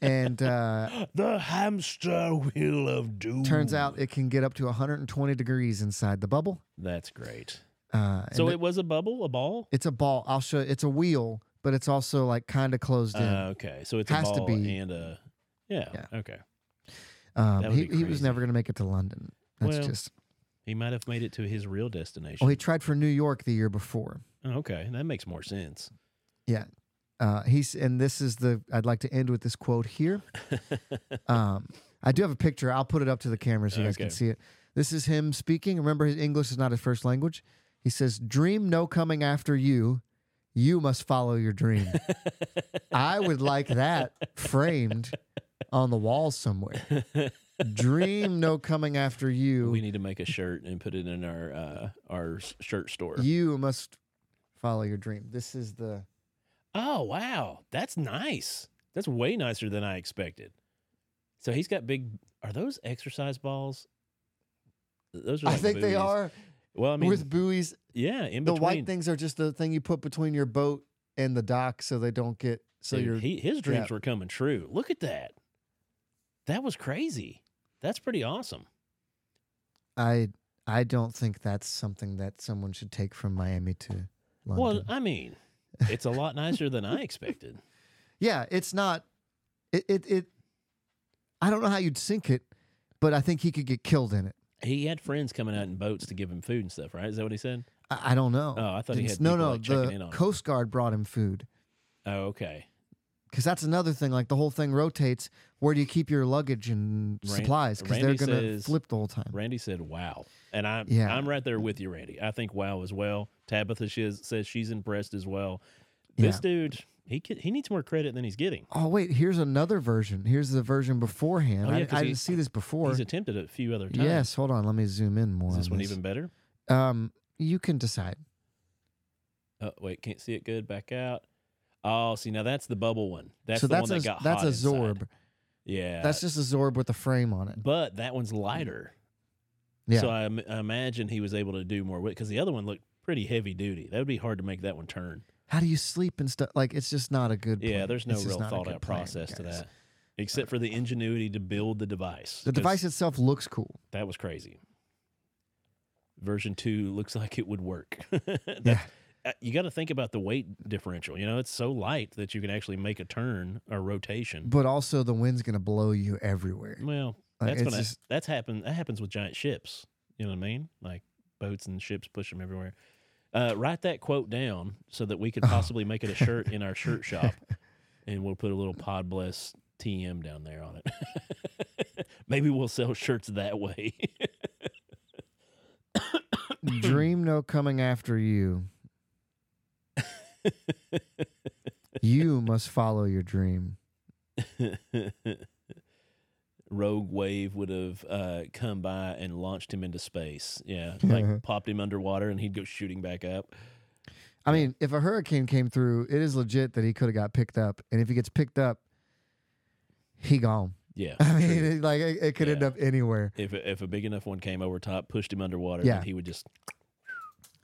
And uh,
the hamster wheel of doom.
turns out it can get up to 120 degrees inside the bubble.
that's great.
Uh, and
So
the-
it was a bubble, a ball.
It's a ball. I'll show. It's a wheel, but it's also like kind of closed in.
Uh, okay, so it's
Has
a
to
ball
be.
and a yeah,
Yeah.
Okay,
Um,
that would
he,
be
Uh, he was
crazy.
never going to make it to London. That's
Well,
just
He might have made it to his real destination. Oh,
Oh, he tried for New York the year before.
okay, that makes more sense.
Yeah. Uh, he's and this is the I'd like to end with this quote here. um, I do have a picture. I'll put it up to the camera so you guys can
Okay.
see it. This is him speaking. Remember, his English is not his first language. He says, "Dream no coming after you. You must follow your dream." I would like that framed on the wall somewhere. Dream no coming after you.
We need to make a shirt and put it in our uh, our s- shirt store.
You must follow your dream. This is the
Oh wow, that's nice. That's way nicer than I expected. So he's got big. Are those exercise balls? Those are.
I
like
think they
buoys.
are
Well, I mean,
with buoys
yeah, in between.
the white things are just the thing you put between your boat and the dock so they don't get so
Dude,
you're
he, his dreams
yeah.
were coming true. Look at that. That was crazy. That's pretty awesome.
i i don't think that's something that someone should take from miami to london
Well, I mean, it's a lot nicer than I expected.
yeah it's not it, it it i don't know how you'd sink it but i think he could get killed in it
He had friends coming out in boats to give him food and stuff, right? Is that what he said?
i, I don't know
Oh, I thought he
Didn't-
had
no
people,
no
like, checking in
the
on him.
coast guard brought him food
Oh, okay.
because that's another thing like the whole thing rotates where do you keep your luggage and
Ran-
supplies because they're
Randy
gonna
says-
flip the whole time
Randy said, "Wow," and I'm
Yeah.
I'm right there with you, Randy. I think "Wow" as well. Tabitha shiz, says she's impressed as well.
Yeah.
This dude, he could, he needs more credit than he's getting.
Oh wait, here's another version. Here's the version beforehand.
Oh, yeah,
I, I
'cause he-
didn't see this before.
He's attempted it a few other times.
Yes, hold on. Let me zoom in more.
is this
on
one even better?
Um, you can decide.
Oh wait, can't see it good. Back out. Oh, see now that's the bubble one. That's
so
the
that's
one
a
that got
that's
hot
a
inside.
zorb.
Yeah,
that's just a zorb with a frame on it.
but that one's lighter.
Yeah,
So I, im- I imagine he was able to do more with because the other one looked pretty heavy duty. That would be hard to make that one turn.
how do you sleep and stuff? Like it's just not a good.
Yeah,
plan.
there's no
It's just
real
not a
thought
good
out
plan,
process to
guys.
that, except for the ingenuity to build the device.
The
'cause
device itself looks cool.
that was crazy. Version two looks like it would work.
Yeah.
That- uh, You got to think about the weight differential. You know, it's so light that you can actually make a turn or rotation.
But also the wind's gonna blow you everywhere.
Well,
Like, it's
that's gonna
just-
that's happen that happens with giant ships. You know what I mean? Like boats and ships push them everywhere. Uh, write that quote down so that we could possibly make it a shirt in our shirt shop, and we'll put a little Pod Bless TM down there on it. Maybe we'll sell shirts that way.
Dream no coming after you. You must follow your dream.
Rogue Wave would have uh, come by and launched him into space. Yeah, like popped him underwater, and he'd go shooting back up.
I mean, if a hurricane came through, it is legit that he could have got picked up. And if he gets picked up, he gone.
Yeah,
I mean,
true.
it, like it, it could end
Yeah.
up anywhere.
If a, if a big enough one came over top, pushed him underwater,
Yeah.
then he would just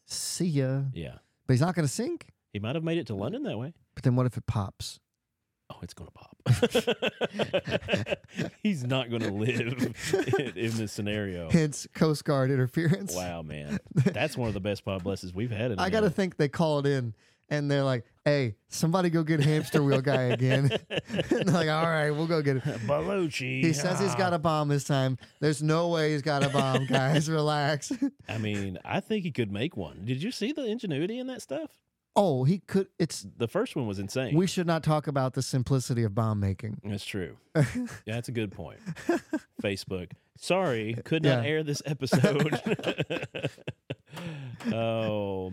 See ya.
yeah.
But he's not going to sink.
He might have made it to London that way.
But then what if it pops?
Oh, it's gonna pop. He's not gonna live in, in this scenario.
Hence Coast Guard interference.
Oh. Wow, man, that's one of the best pod blesses we've had. In a
I got to
minute.
think they called in and they're like, hey, somebody go get hamster wheel guy again. and they're like, all right, we'll go get it.
Belucci.
He says he's got a bomb this time. There's no way he's got a bomb, guys. Relax.
I mean, I think he could make one. Did you see the ingenuity in that stuff?
oh, he could. It's.
The first one was insane.
We should not talk about the simplicity of bomb making.
That's true. Yeah, that's a good point. Facebook. Sorry, could not
Yeah.
air this episode. oh,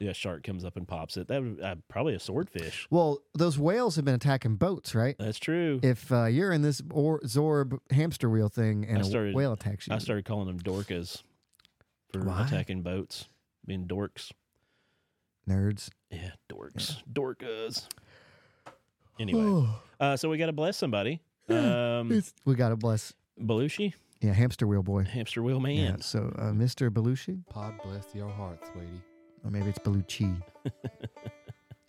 yeah. Shark comes up and pops it. That would, uh, probably a swordfish.
Well, those whales have been attacking boats, right?
That's true.
If uh, you're in this or- Zorb hamster wheel thing and
I started-
a whale attacks you,
I started calling them dorkas for
Why?
attacking boats, being dorks.
nerds.
Yeah, dorks, dorkas.
Oh.
Anyway, uh, so we got to bless somebody. Um,
It's- we got to bless.
Belushi,
Yeah, hamster wheel boy.
hamster wheel
Yeah,
man.
so uh, Mr. Belushi,
Pod bless your heart, sweetie.
or maybe it's Belucci.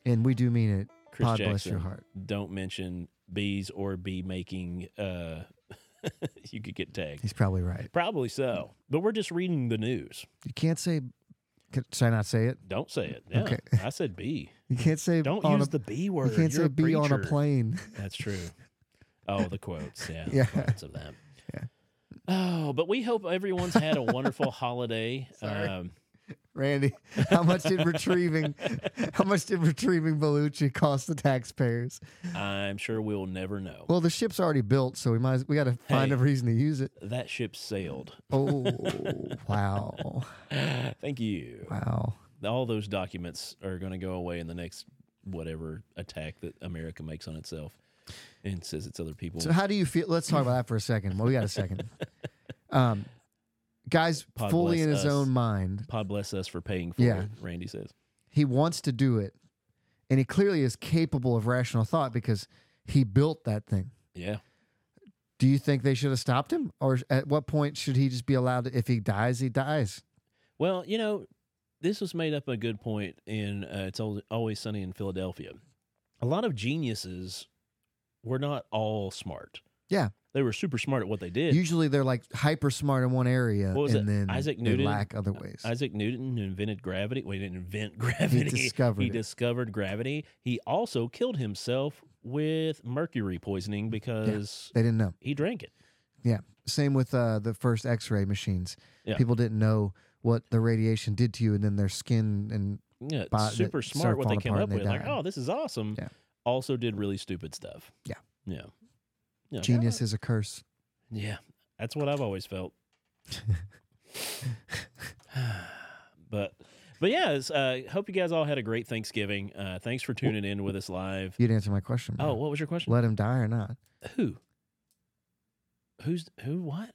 and we do mean it.
Chris
God
Jackson.
bless your heart.
Don't mention bees or bee making. Uh, you could get tagged.
He's probably right.
Probably so, but we're just reading the news.
You can't say. Can, should I not say it?
Don't say it. Yeah,
Okay.
I said bee.
You can't say.
Don't
on
use
a,
the B
You
word.
can't
You're
say be on a
preacher.
plane.
That's true. Oh, the quotes. Yeah.
Yeah.
The quotes of that.
Yeah.
Oh, but we hope everyone's had a wonderful holiday.
Sorry.
Um,
Randy, how much did retrieving how much did retrieving Bellucci cost the taxpayers?
I'm sure we'll never know.
Well, the ship's already built, so we might as- we got to find a
Hey.
reason to use it.
that ship sailed.
Oh, wow.
Thank you.
Wow.
All those documents are going to go away in the next whatever attack that America makes on itself and says it's other people.
So how do you feel? Let's talk about that for a second. Well, we got a second. Um, guys,
God
fully
bless
in his
us.
own mind,
God bless us for paying for
Yeah.
it, Randy says.
he wants to do it, and he clearly is capable of rational thought because he built that thing.
Yeah.
Do you think they should have stopped him, or at what point should he just be allowed? To, if he dies, he dies.
Well, you know, this was made up a good point in uh, It's Al- Always Sunny in Philadelphia. A lot of geniuses were not all smart.
Yeah.
They were super smart at what they did.
Usually, they're like hyper smart in one area,
What was
and
it?
then
Isaac
they
Newton?
lack other ways.
Isaac Newton invented gravity. Well, he didn't invent gravity.
discovered
He
it.
discovered gravity. He also killed himself with mercury poisoning because
they didn't know.
he drank it.
Same with uh, the first X-ray machines.
Yeah.
People didn't know what the radiation did to you, and then their skin and
Yeah, it's
Bot-
super
that
smart
started
what they
falling
came
apart
up
and they
with. Like,
died.
oh, this is awesome.
Yeah.
Also did really stupid stuff.
Yeah.
Yeah. Yeah.
genius is a curse.
Yeah. That's what I've always felt. but but yeah, it's, uh, hope you guys all had a great Thanksgiving. Uh, thanks for tuning in with us live.
You'd answer my question.
Oh,
man.
what was your question?
let him die or not?
Who? Who's who? What?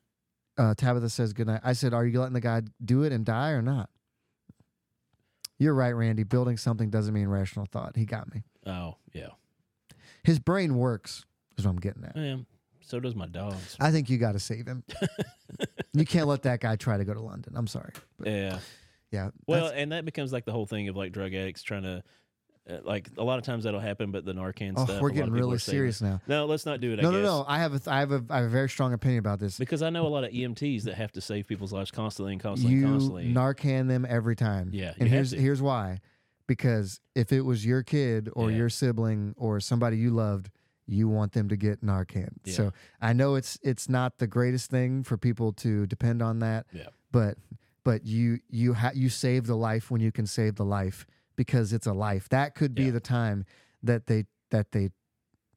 Uh, Tabitha says good night. I said, are you letting the guy do it and die or not? You're right, Randy. Building something doesn't mean rational thought. He got me.
Oh yeah,
His brain works. Is what I'm getting at.
I am. So does my dogs.
I think you got to save him. you can't let that guy try to go to London. I'm sorry.
Yeah.
Yeah.
Well,
that's-
and that becomes like the whole thing of like drug addicts trying to, uh, like a lot of times that'll happen, but the Narcan
oh,
stuff. a lot
we're
of
getting
people are
really
saying,
serious now.
No, let's not do it. I
No,
guess.
no, no. I have a, th- I have a, I have a very strong opinion about this.
Because I know a lot of EMTs that have to save people's lives constantly and constantly,
You
and constantly.
Narcan them every time.
Yeah, you
And
have
here's
to.
here's why. Because if it was your kid or
Yeah.
your sibling or somebody you loved, you want them to get Narcan.
Yeah.
So I know it's it's not the greatest thing for people to depend on that.
Yeah.
But but you you ha- you save the life when you can save the life because it's a life. That could be
Yeah.
the time that they that they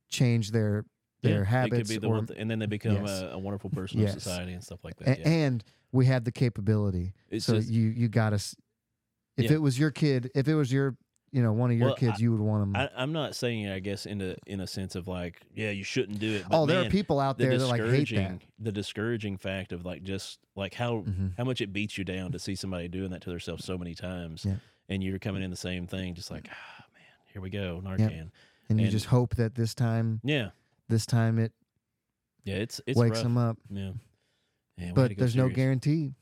change their their
Yeah, they could
habits
be the
or
one th- and then they become
Yes.
a, a wonderful person
Yes.
of society and stuff like
A-
that. yeah.
and we have the capability.
It's
so
just-
you you got us. If
Yeah.
it was your kid, if it was your you know one of your
Well,
kids,
I-
you would want them.
I, I'm not saying, I guess, in a in a sense of like, yeah, you shouldn't do it. But
oh, there
man,
are people out
the
there that like hate
discouraging,
that.
the discouraging fact of like just like how
Mhm.
how much it beats you down to see somebody doing that to themselves so many times,
Yeah.
and you're coming in the same thing, just like, ah, man, here we go, Narcan.
And you
and-
just hope that this time,
Yeah,
this time it
yeah, it's it's
wakes
rough.
them up.
Yeah, Yeah, we had to
But
go
there's no
serious.
guarantee.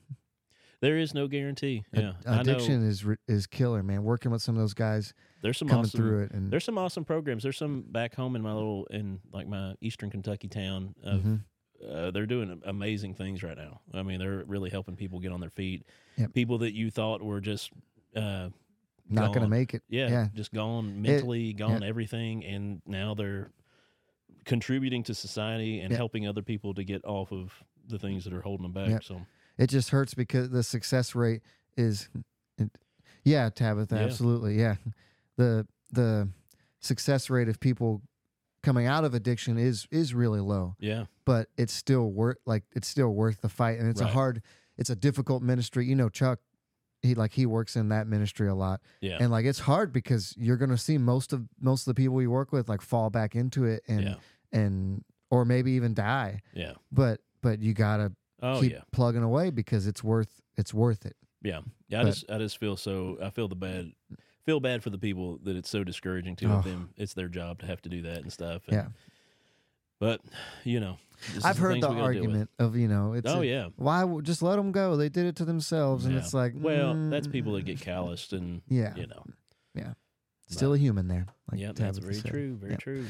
There is no guarantee.
A-
Yeah, I know.
Addiction is re- is killer, man. Working with some of those guys
There's some
coming
awesome.
through it, and
There's some awesome programs. There's some back home in my little in like my eastern Kentucky town of
Mhm.
uh, they're doing amazing things right now. I mean, they're really helping people get on their feet.
Yep.
People that you thought were just uh,
not going to
gone.
make it.
yeah,
Yeah.
just gone mentally, gone everything, and now they're contributing to society and
Yeah.
helping other people to get off of the things that are holding them back.
Yep.
So
It just hurts because the success rate is, it- yeah, Tabitha,
Yeah.
absolutely, yeah. The the success rate of people coming out of addiction is is really low,
yeah,
but it's still worth like it's still worth the fight, and it's
Right.
a hard, it's a difficult ministry. You know, Chuck, he like he works in that ministry a lot,
yeah,
and like it's hard because you're gonna see most of most of the people you work with like fall back into it and
yeah,
and or maybe even die,
yeah.
but but you gotta
Oh
keep
yeah,
plugging away because it's worth it's worth it.
yeah, yeah. I
but-
just I just feel so I feel the bad feel bad for the people that it's so discouraging to
Oh.
them. It's their job to have to do that and stuff. and-
Yeah.
but you know, this
I've
is the
heard
things
the
we gotta deal with.
argument of you know it's
Oh
a-
yeah.
why w- just let them go they did it to themselves and
Yeah.
it's like
Well, that's
mm,
people that get calloused and
yeah
you know.
still a human there like
yeah, that's
Tabitha
very
said.
true. Very
Yeah.
true.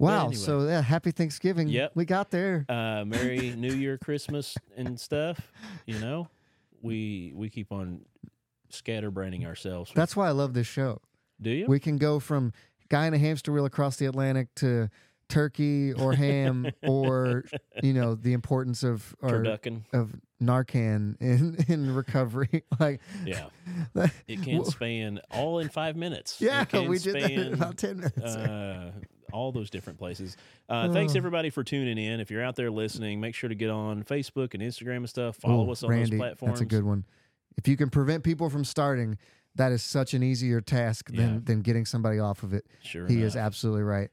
wow
anyway.
so yeah happy Thanksgiving
Yep.
we got there
Uh, Merry New Year, Christmas, and stuff. You know, we we keep on scatterbraining ourselves.
that's why I love this show
Do you?
we can go from guy in a hamster wheel across the Atlantic to turkey or ham or you know the importance of or,
turducken.
of Narcan in in recovery. like
Yeah,
that-
it can
Well-
span all in five minutes. It
yeah,
can
we did that in
span,
about ten minutes.
uh, all those different places. Uh, thanks
Oh.
everybody for tuning in. If you're out there listening, make sure to get on Facebook and Instagram and stuff. Follow
Ooh,
us on
Randy,
those platforms.
That's a good one. If you can prevent people from starting, that is such an easier task
Yeah.
than than getting somebody off of it.
Sure,
he
enough.
is absolutely right.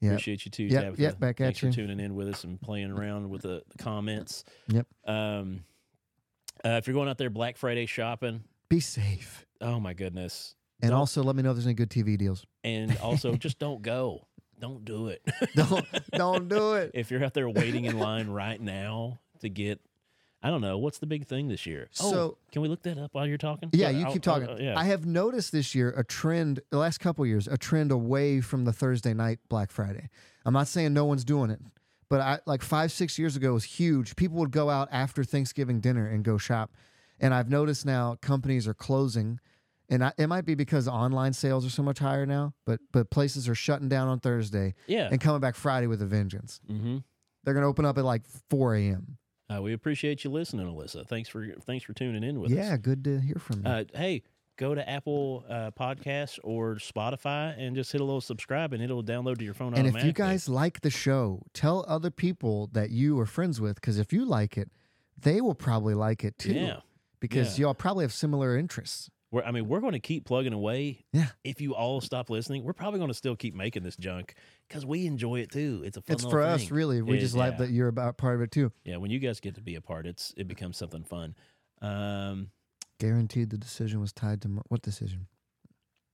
Yeah.
Appreciate you too,
Yep,
Tabitha.
yep, back at
Thanks
you.
for tuning in with us and playing around with the, the comments.
Yep.
Um, uh, if you're going out there Black Friday shopping,
Be safe.
oh my goodness.
And
Don't-
also let me know if there's any good TV deals.
And also, just don't go. Don't do it.
Don't don't do it.
if you're out there waiting in line right now to get, I don't know, what's the big thing this year? oh,
So-
can we look that up while you're talking?
Yeah, you
I'll-
keep talking.
I'll- yeah.
I have noticed this year a trend, the last couple of years, a trend away from the Thursday night Black Friday. I'm not saying no one's doing it, but I like five, six years ago it was huge. People would go out after Thanksgiving dinner and go shop. And I've noticed now companies are closing. And I, it might be because online sales are so much higher now, but but places are shutting down on Thursday
yeah.
and coming back Friday with a vengeance.
mm-hmm.
They're going to open up at like 4 a.m.
Uh, we appreciate you listening, Alyssa. Thanks for thanks for tuning in with us.
Yeah, good to hear from you.
Uh, hey, go to Apple uh, Podcasts or Spotify and just hit a little subscribe, and it'll download to your phone
And if
automatically.
you guys like the show, tell other people that you are friends with because if you like it, they will probably like it too.
yeah,
Because y'all probably have similar interests.
we're, I mean, we're going to keep plugging away.
Yeah.
If you all stop listening, we're probably going to still keep making this junk because we enjoy it too. It's a fun.
it's
little
for us,
thing.
really. We
It-
just like
yeah.
that you're about part of it too.
Yeah, when you guys get to be a part, it's it becomes something fun. Um,
Guaranteed the decision was tied to mo- what decision?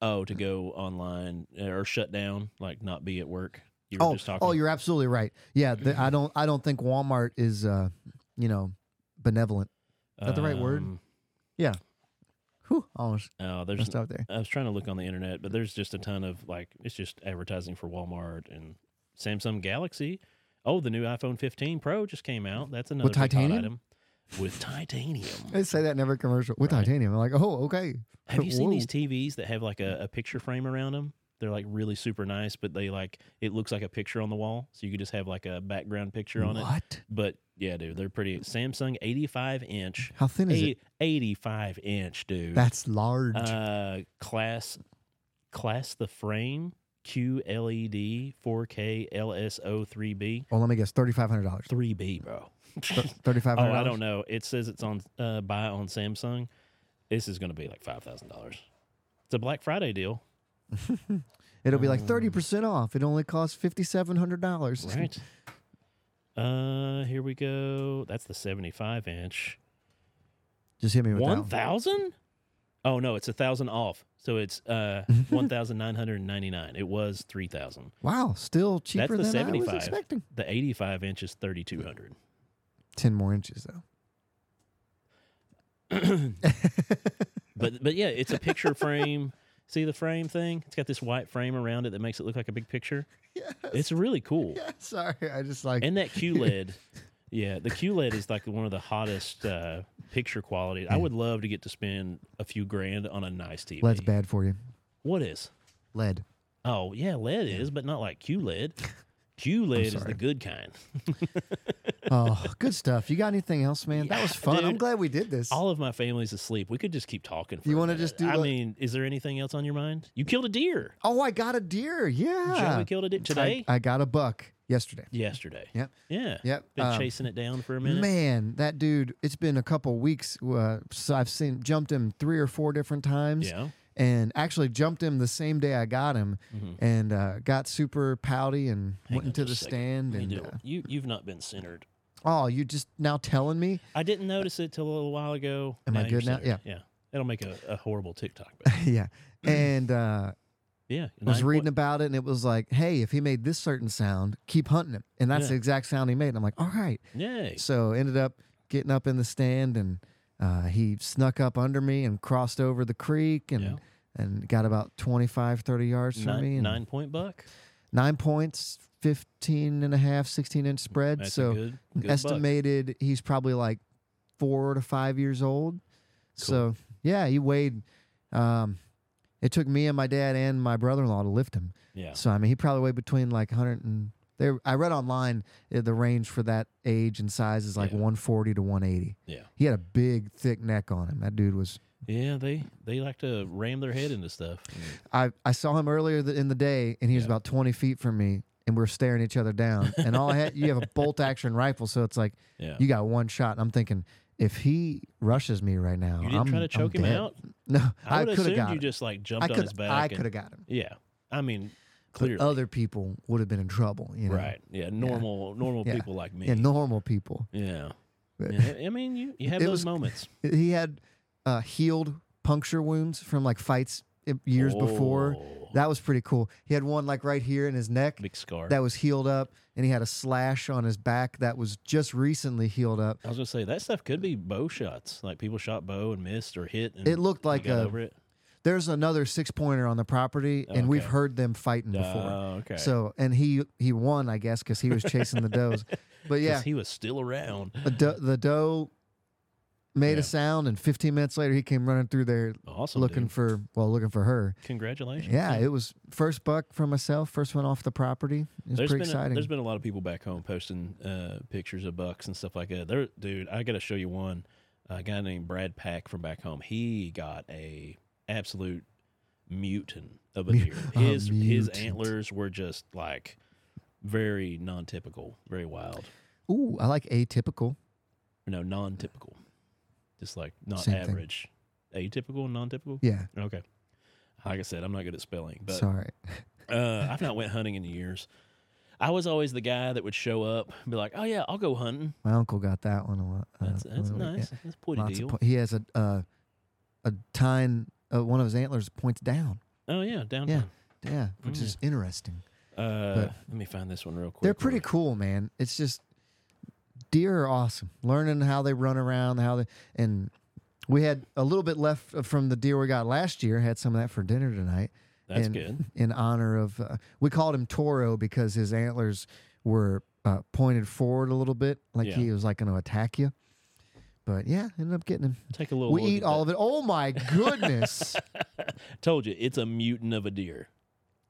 oh, to go online uh, or shut down, like not be at work. You were
Oh,
just talking.
oh, you're absolutely right. Yeah, the, I don't, I don't think Walmart is, uh, you know, benevolent. is that the right word?
Um,
Whew, almost
Oh, there's
messed up there.
I was trying to look on the internet, but there's just a ton of like it's just advertising for Walmart and Samsung Galaxy. Oh, the new iPhone 15 Pro just came out. That's another big hot
titanium?
item. With titanium.
They say that in every commercial with
Right.
titanium. I'm like, oh, okay.
Have you seen
Whoa.
these TVs that have like a, a picture frame around them? They're like really super nice, but they like it looks like a picture on the wall, so you could just have like a background picture on it.
What?
But yeah, dude, they're pretty. Samsung 85 inch,
How thin is
a,
it?
85 inch, dude.
That's large.
Uh, class, class the frame E QLED 4K LSO3B.
oh, let me guess, thirty five hundred dollars.
3B, bro.
Thirty five
oh,
hundred.
I don't know. It says it's on uh, buy on Samsung. This is going to be like five thousand dollars. It's a Black Friday deal,
It'll be like thirty percent off. It only costs fifty seven hundred dollars.
right? uh, here we go. That's the 75 inch.
Just hit me with
One
that.
thousand? Oh no, it's a thousand off. So it's uh one thousand nine hundred ninety nine. It was three thousand.
one. Wow, still cheaper
the
than I
75.
was expecting.
The 85 inch is 3,200.
Ten more inches though.
But but yeah, it's a picture frame. See the frame thing? It's got this white frame around it that makes it look like a big picture.
Yes.
It's really cool.
yeah, sorry, I just like
And that QLED, yeah, the QLED is like one of the hottest uh, picture quality. I would love to get to spend a few grand on a nice TV.
lead's bad for you.
What is?
Lead.
Oh yeah, LED is, but not like E QLED. QLED E is the
sorry.
good kind.
Oh, good stuff. You got anything else, man? that
Yeah,
was fun. I'm
dude.
glad we did this.
All of my family's asleep. We could just keep talking. For
You
a
wanna
minute.
just do
I
like-
mean, is there anything else on your mind? You killed a deer.
oh, I got a deer. Yeah.
Joey killed a deer today.
I, I got a buck yesterday.
Yesterday.
Yep.
Yeah.
Yep.
Been
um,
chasing it down for a minute.
Man, that dude. It's been a couple weeks. Uh, so I've seen jumped him three or four different times.
Yeah.
and actually jumped him the same day I got him, and uh, got super pouty and
Hang
went
on
into the
just a second.
stand.
Let me
And
do it. you you've not been centered.
uh, oh, you just now telling me?
I didn't notice it till a little while ago.
Am I
you're
good now?
centered. Yeah. That'll make a, a horrible TikTok. But
yeah. And uh,
yeah.
I was
nine
reading
point-
about it, and it was like, hey, if he made this certain sound, keep hunting him, and that's
Yeah.
the exact sound he made. And I'm like, all right.
Yay.
So ended up getting up in the stand, and uh, he snuck up under me and crossed over the creek, and
Yeah.
and got about 25, 30 yards from me.
Nine,
and
nine point buck.
nine points, 15 and a half, 16 inch spread.
That's
so
a good, good buck.
estimated he's probably like four to five years old. So yeah, he weighed. Um, it took me and my dad and my brother in law to lift him.
Yeah.
So I mean, he probably weighed between like 100 and They, I read online uh, the range for that age and size is like
Yeah.
140 to 180.
Yeah.
He had a big, thick neck on him. That dude was.
Yeah, they they like to ram their head into stuff. Mm,
I, I saw him earlier th- in the day, and he was
Yeah.
about 20 feet from me, and we are staring each other down. And all I had, you have a bolt action rifle, so it's like
Yeah.
you got one shot. And I'm thinking, if he rushes me right now,
You didn't
I'm,
try to choke
I'm
him
dead.
out?
No,
I
I
would
could have
assume
got.
you
him.
just like
I
jumped on
could.
his back.
I
and-
could have got him.
Yeah. I mean,
But
clearly.
other people would have been in trouble. You know?
right. Yeah. Normal normal
Yeah.
people like me.
Yeah, normal people.
yeah.
But-
Yeah, I mean, you, you have
It
those
was-
moments.
He had uh, healed puncture wounds from like fights i- years before.
Oh,
That was pretty cool. He had one like right here in his neck
big scar.
that was healed up, and he had a slash on his back that was just recently healed up.
I was gonna say that stuff could be bow shots. Like people shot bow and missed or hit. And
It looked
you
like
got
a-
over it. Oh,
There's another six pointer on the property, and we've
Okay.
heard them fighting before.
Oh, okay.
So, and he he won, I guess, because he was chasing the does. But
'Cause
yeah,
he was still around.
the do- the doe made
Yeah.
a sound, and 15 minutes later, he came running through there
Awesome.
looking
dude.
for well, looking for her.
Congratulations.
Yeah, it was first buck for myself, first one off the property. It was
There's
pretty
been A,
exciting.
there's been a lot of people back home posting uh, pictures of bucks and stuff like that. There, dude, I got to show you one. A guy named Brad Pack from back home. He got a absolute mutant of a
Mu-
deer.
a
His his
mutant.
antlers were just like very non-typical, very wild.
Ooh, I like atypical.
No, non-typical. Just like not
Same thing.
average. Atypical and non-typical.
Yeah,
Okay. Like I said, I'm not good at spelling, but
sorry.
uh, I've not went hunting in years. I was always the guy that would show up, and be like, "Oh yeah, I'll go hunting."
My uncle got that one a lot. uh,
That's that's
one of the- yeah,
nice. That's pretty
lots of
deal.
po- he has a uh, a tine. Uh, one of his antlers points down.
oh yeah,
Yeah,
downtown.
yeah, which
Mm.
is interesting.
Uh,
But-
let me find this one real quick.
They're pretty
Real-
cool, man. It's just deer are awesome. Learning how they run around, how they and we had a little bit left from the deer we got last year. Had some of that for dinner tonight.
That's
in,
good.
In honor of, uh, we called him Toro because his antlers were uh, pointed forward a little bit, like
Yeah.
he was like going to attack you. But yeah, ended up getting him.
Take a little.
we
look
eat
at
all of it. Oh my goodness!
that. Told you, it's a mutant of a deer.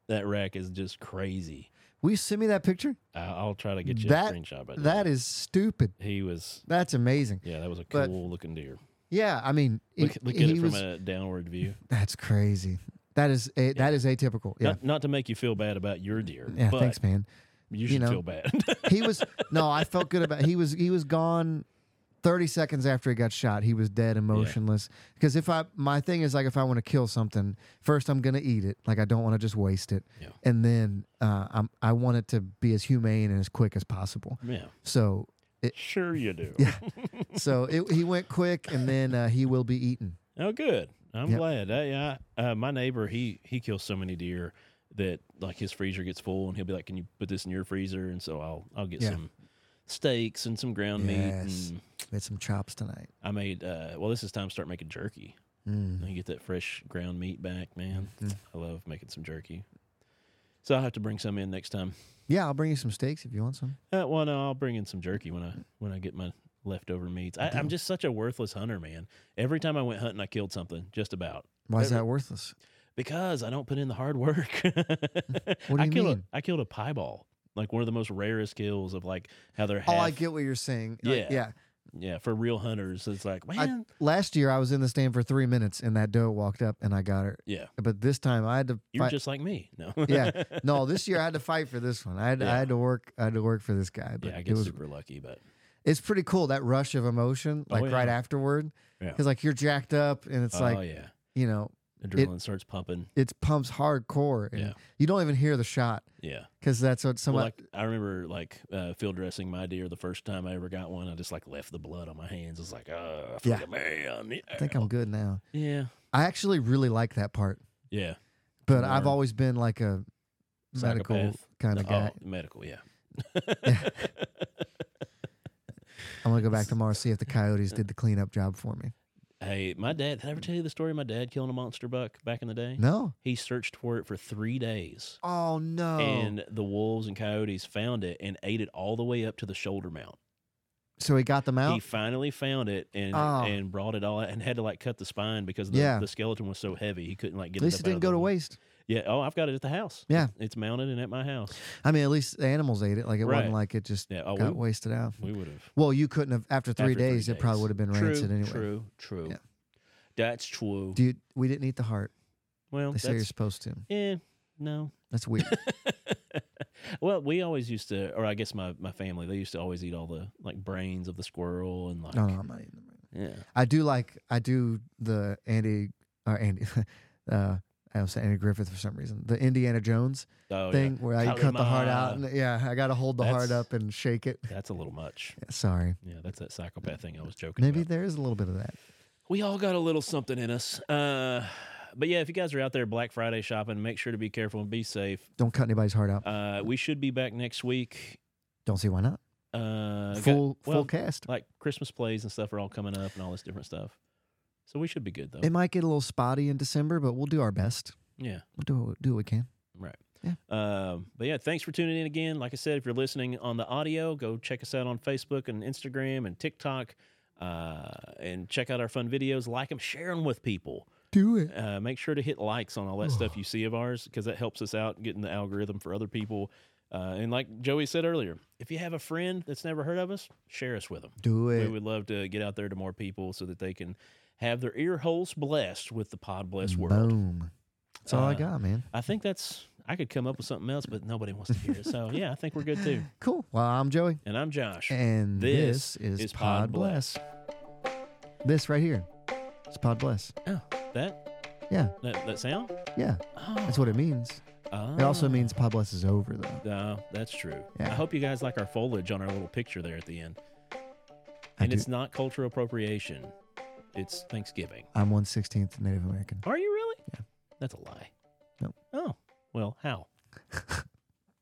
That rack is just crazy.
Will you send me that picture?
I- I'll try to get you
That-
a screenshot. But
That is stupid.
he was.
That's amazing.
Yeah, that was a
But-
cool looking deer.
Yeah, I mean,
Look,
it-
look at
he
it from
was-
a downward view.
that's crazy. That is a, that is atypical. Yeah,
Not, not to make you feel bad about your deer,
yeah.
but
Thanks, man.
you should
know.
feel bad.
He was no, I felt good about. He was he was gone. Thirty seconds after he got shot, he was dead and motionless. Because if I my thing is like if I want to kill something, first I'm gonna eat it. Like I don't want to just waste it,
Yeah.
and then uh, I'm I want it to be as humane and as quick as possible.
yeah,
So
sure you do.
so it, he went quick, and then uh, he will be eaten.
Oh, good. I'm
Yep.
glad. I, yeah, uh, my neighbor he he kills so many deer that like his freezer gets full, and he'll be like, "Can you put this in your freezer?" And so I'll I'll get
Yeah.
some steaks and some ground
Yes.
meat. And
We had some chops tonight.
I made uh, well. This is time to start making jerky.
Mm.
And you get that fresh ground meat back, man. I love making some jerky. So I'll have to bring some in next time.
Yeah, I'll bring you some steaks if you want some.
Uh, well, no, I'll bring in some jerky when I when I get my leftover meats. I, I'm just such a worthless hunter, man. Every time I went hunting, I killed something. Just about.
Why is
Every-
that worthless?
Because I don't put in the hard work.
do
I
you
killed
mean?
A, I killed a pieball, like one of the most rarest kills of like how they're. Half,
Oh, I get what you're saying. Like,
Yeah.
yeah.
Yeah, for real hunters, it's like man.
I- Last year I was in the stand for three minutes and that doe walked up and I got her.
yeah,
But this time I had to
you're
fight.
just like me. No.
yeah. No, this year I had to fight for this one. I had, I
Yeah.
had to work. I had to work for this guy. But
yeah, I
it
get
was
super lucky, but
it's pretty cool that rush of emotion
Oh,
like right
yeah.
afterward.
Yeah.
Cause like you're jacked up and it's
oh
like
yeah,
you know
adrenaline starts pumping.
it's pumps hardcore and
Yeah.
you don't even hear the shot
Yeah,
because that's what
well,
somebody.
like I remember like uh, field dressing my deer the first time I ever got one. I just like left the blood on my hands. It's like, oh,
Yeah.
yeah, man, yeah.
I think I'm good now.
yeah,
I actually really like that part,
yeah,
but I've
Learn.
always been like a medical
Psychopath.
kind of guy.
Oh, medical, yeah.
I'm gonna go back tomorrow see if the coyotes did the cleanup job for me.
Hey, my dad, did I ever tell you the story of my dad killing a monster buck back in the day?
No.
He searched for it for three days.
Oh no.
And the wolves and coyotes found it and ate it all the way up to the shoulder mount.
so he got them out.
He finally found it and
Oh.
and brought it all out and had to like cut the spine because the,
Yeah.
the skeleton was so heavy he couldn't like get
At least
it.
it
up out
didn't
of
go
the
to
wound.
waste.
Yeah. Oh, I've got it at the house.
Yeah.
It's mounted and at my house.
I mean, at least the animals ate it. Like it
Right.
wasn't like it just
Yeah. Oh,
got
we,
wasted out.
we would have.
Well, you couldn't have after three,
After three
days, It probably
days.
would have been
True.
rancid anyway.
True. True.
Yeah.
That's true.
Dude, we didn't eat the heart.
well,
They say you're
that's,
supposed to.
yeah. No.
That's weird.
well, we always used to, or I guess my, my family, they used to always eat all the like brains of the squirrel and like,
no, no, I'm not eating them.
yeah,
I do like I do the Andy or Andy. uh, I was saying Andy Griffith for some reason. The Indiana Jones
oh, yeah.
thing where I cut the heart out.
Kalima.
And, yeah, I got to hold the heart
That's-
up and shake it.
That's a little much.
Yeah, sorry.
Yeah, that's that psychopath thing I was joking
Maybe
about.
there is a little bit of that.
We all got a little something in us. Uh, but yeah, if you guys are out there Black Friday shopping, make sure to be careful and be safe.
Don't cut anybody's heart out.
Uh, we should be back next week.
Don't see why not.
Uh, got-
full
well,
full cast.
like Christmas plays and stuff are all coming up and all this different stuff. So we should be good though.
It might get a little spotty in December, but we'll do our best.
yeah.
We'll do what, do what we can.
Um, but yeah, thanks for tuning in again. Like I said, if you're listening on the audio, go check us out on Facebook and Instagram and TikTok, uh, and check out our fun videos. Like them, share them with people.
Do it.
Uh, make sure to hit likes on all that stuff you see of ours because that helps us out getting the algorithm for other people. Uh, and like Joey said earlier, if you have a friend that's never heard of us, share us with them.
Do
We
it.
would love to get out there to more people so that they can have their ear holes blessed with the pod blessed world.
Boom. That's all I
Uh,
got, man.
I think that's I could come up with something else, but nobody wants to hear it. So yeah, I think we're good too.
Cool. Well, I'm Joey.
And I'm Josh.
And
This
this, is,
is
Pod,
Pod
Bless. This right here is Pod Bless.
oh, that
Yeah,
that that sound?
yeah.
Oh,
That's what it means.
oh.
It also means Pod Bless is over, though.
Uh, that's true.
Yeah.
I hope you guys like our foliage on our little picture there at the end.
I
And
do.
it's not cultural appropriation. It's Thanksgiving.
I'm 116th Native American.
Are you really?
Yeah.
That's a lie.
Nope.
Oh well, how?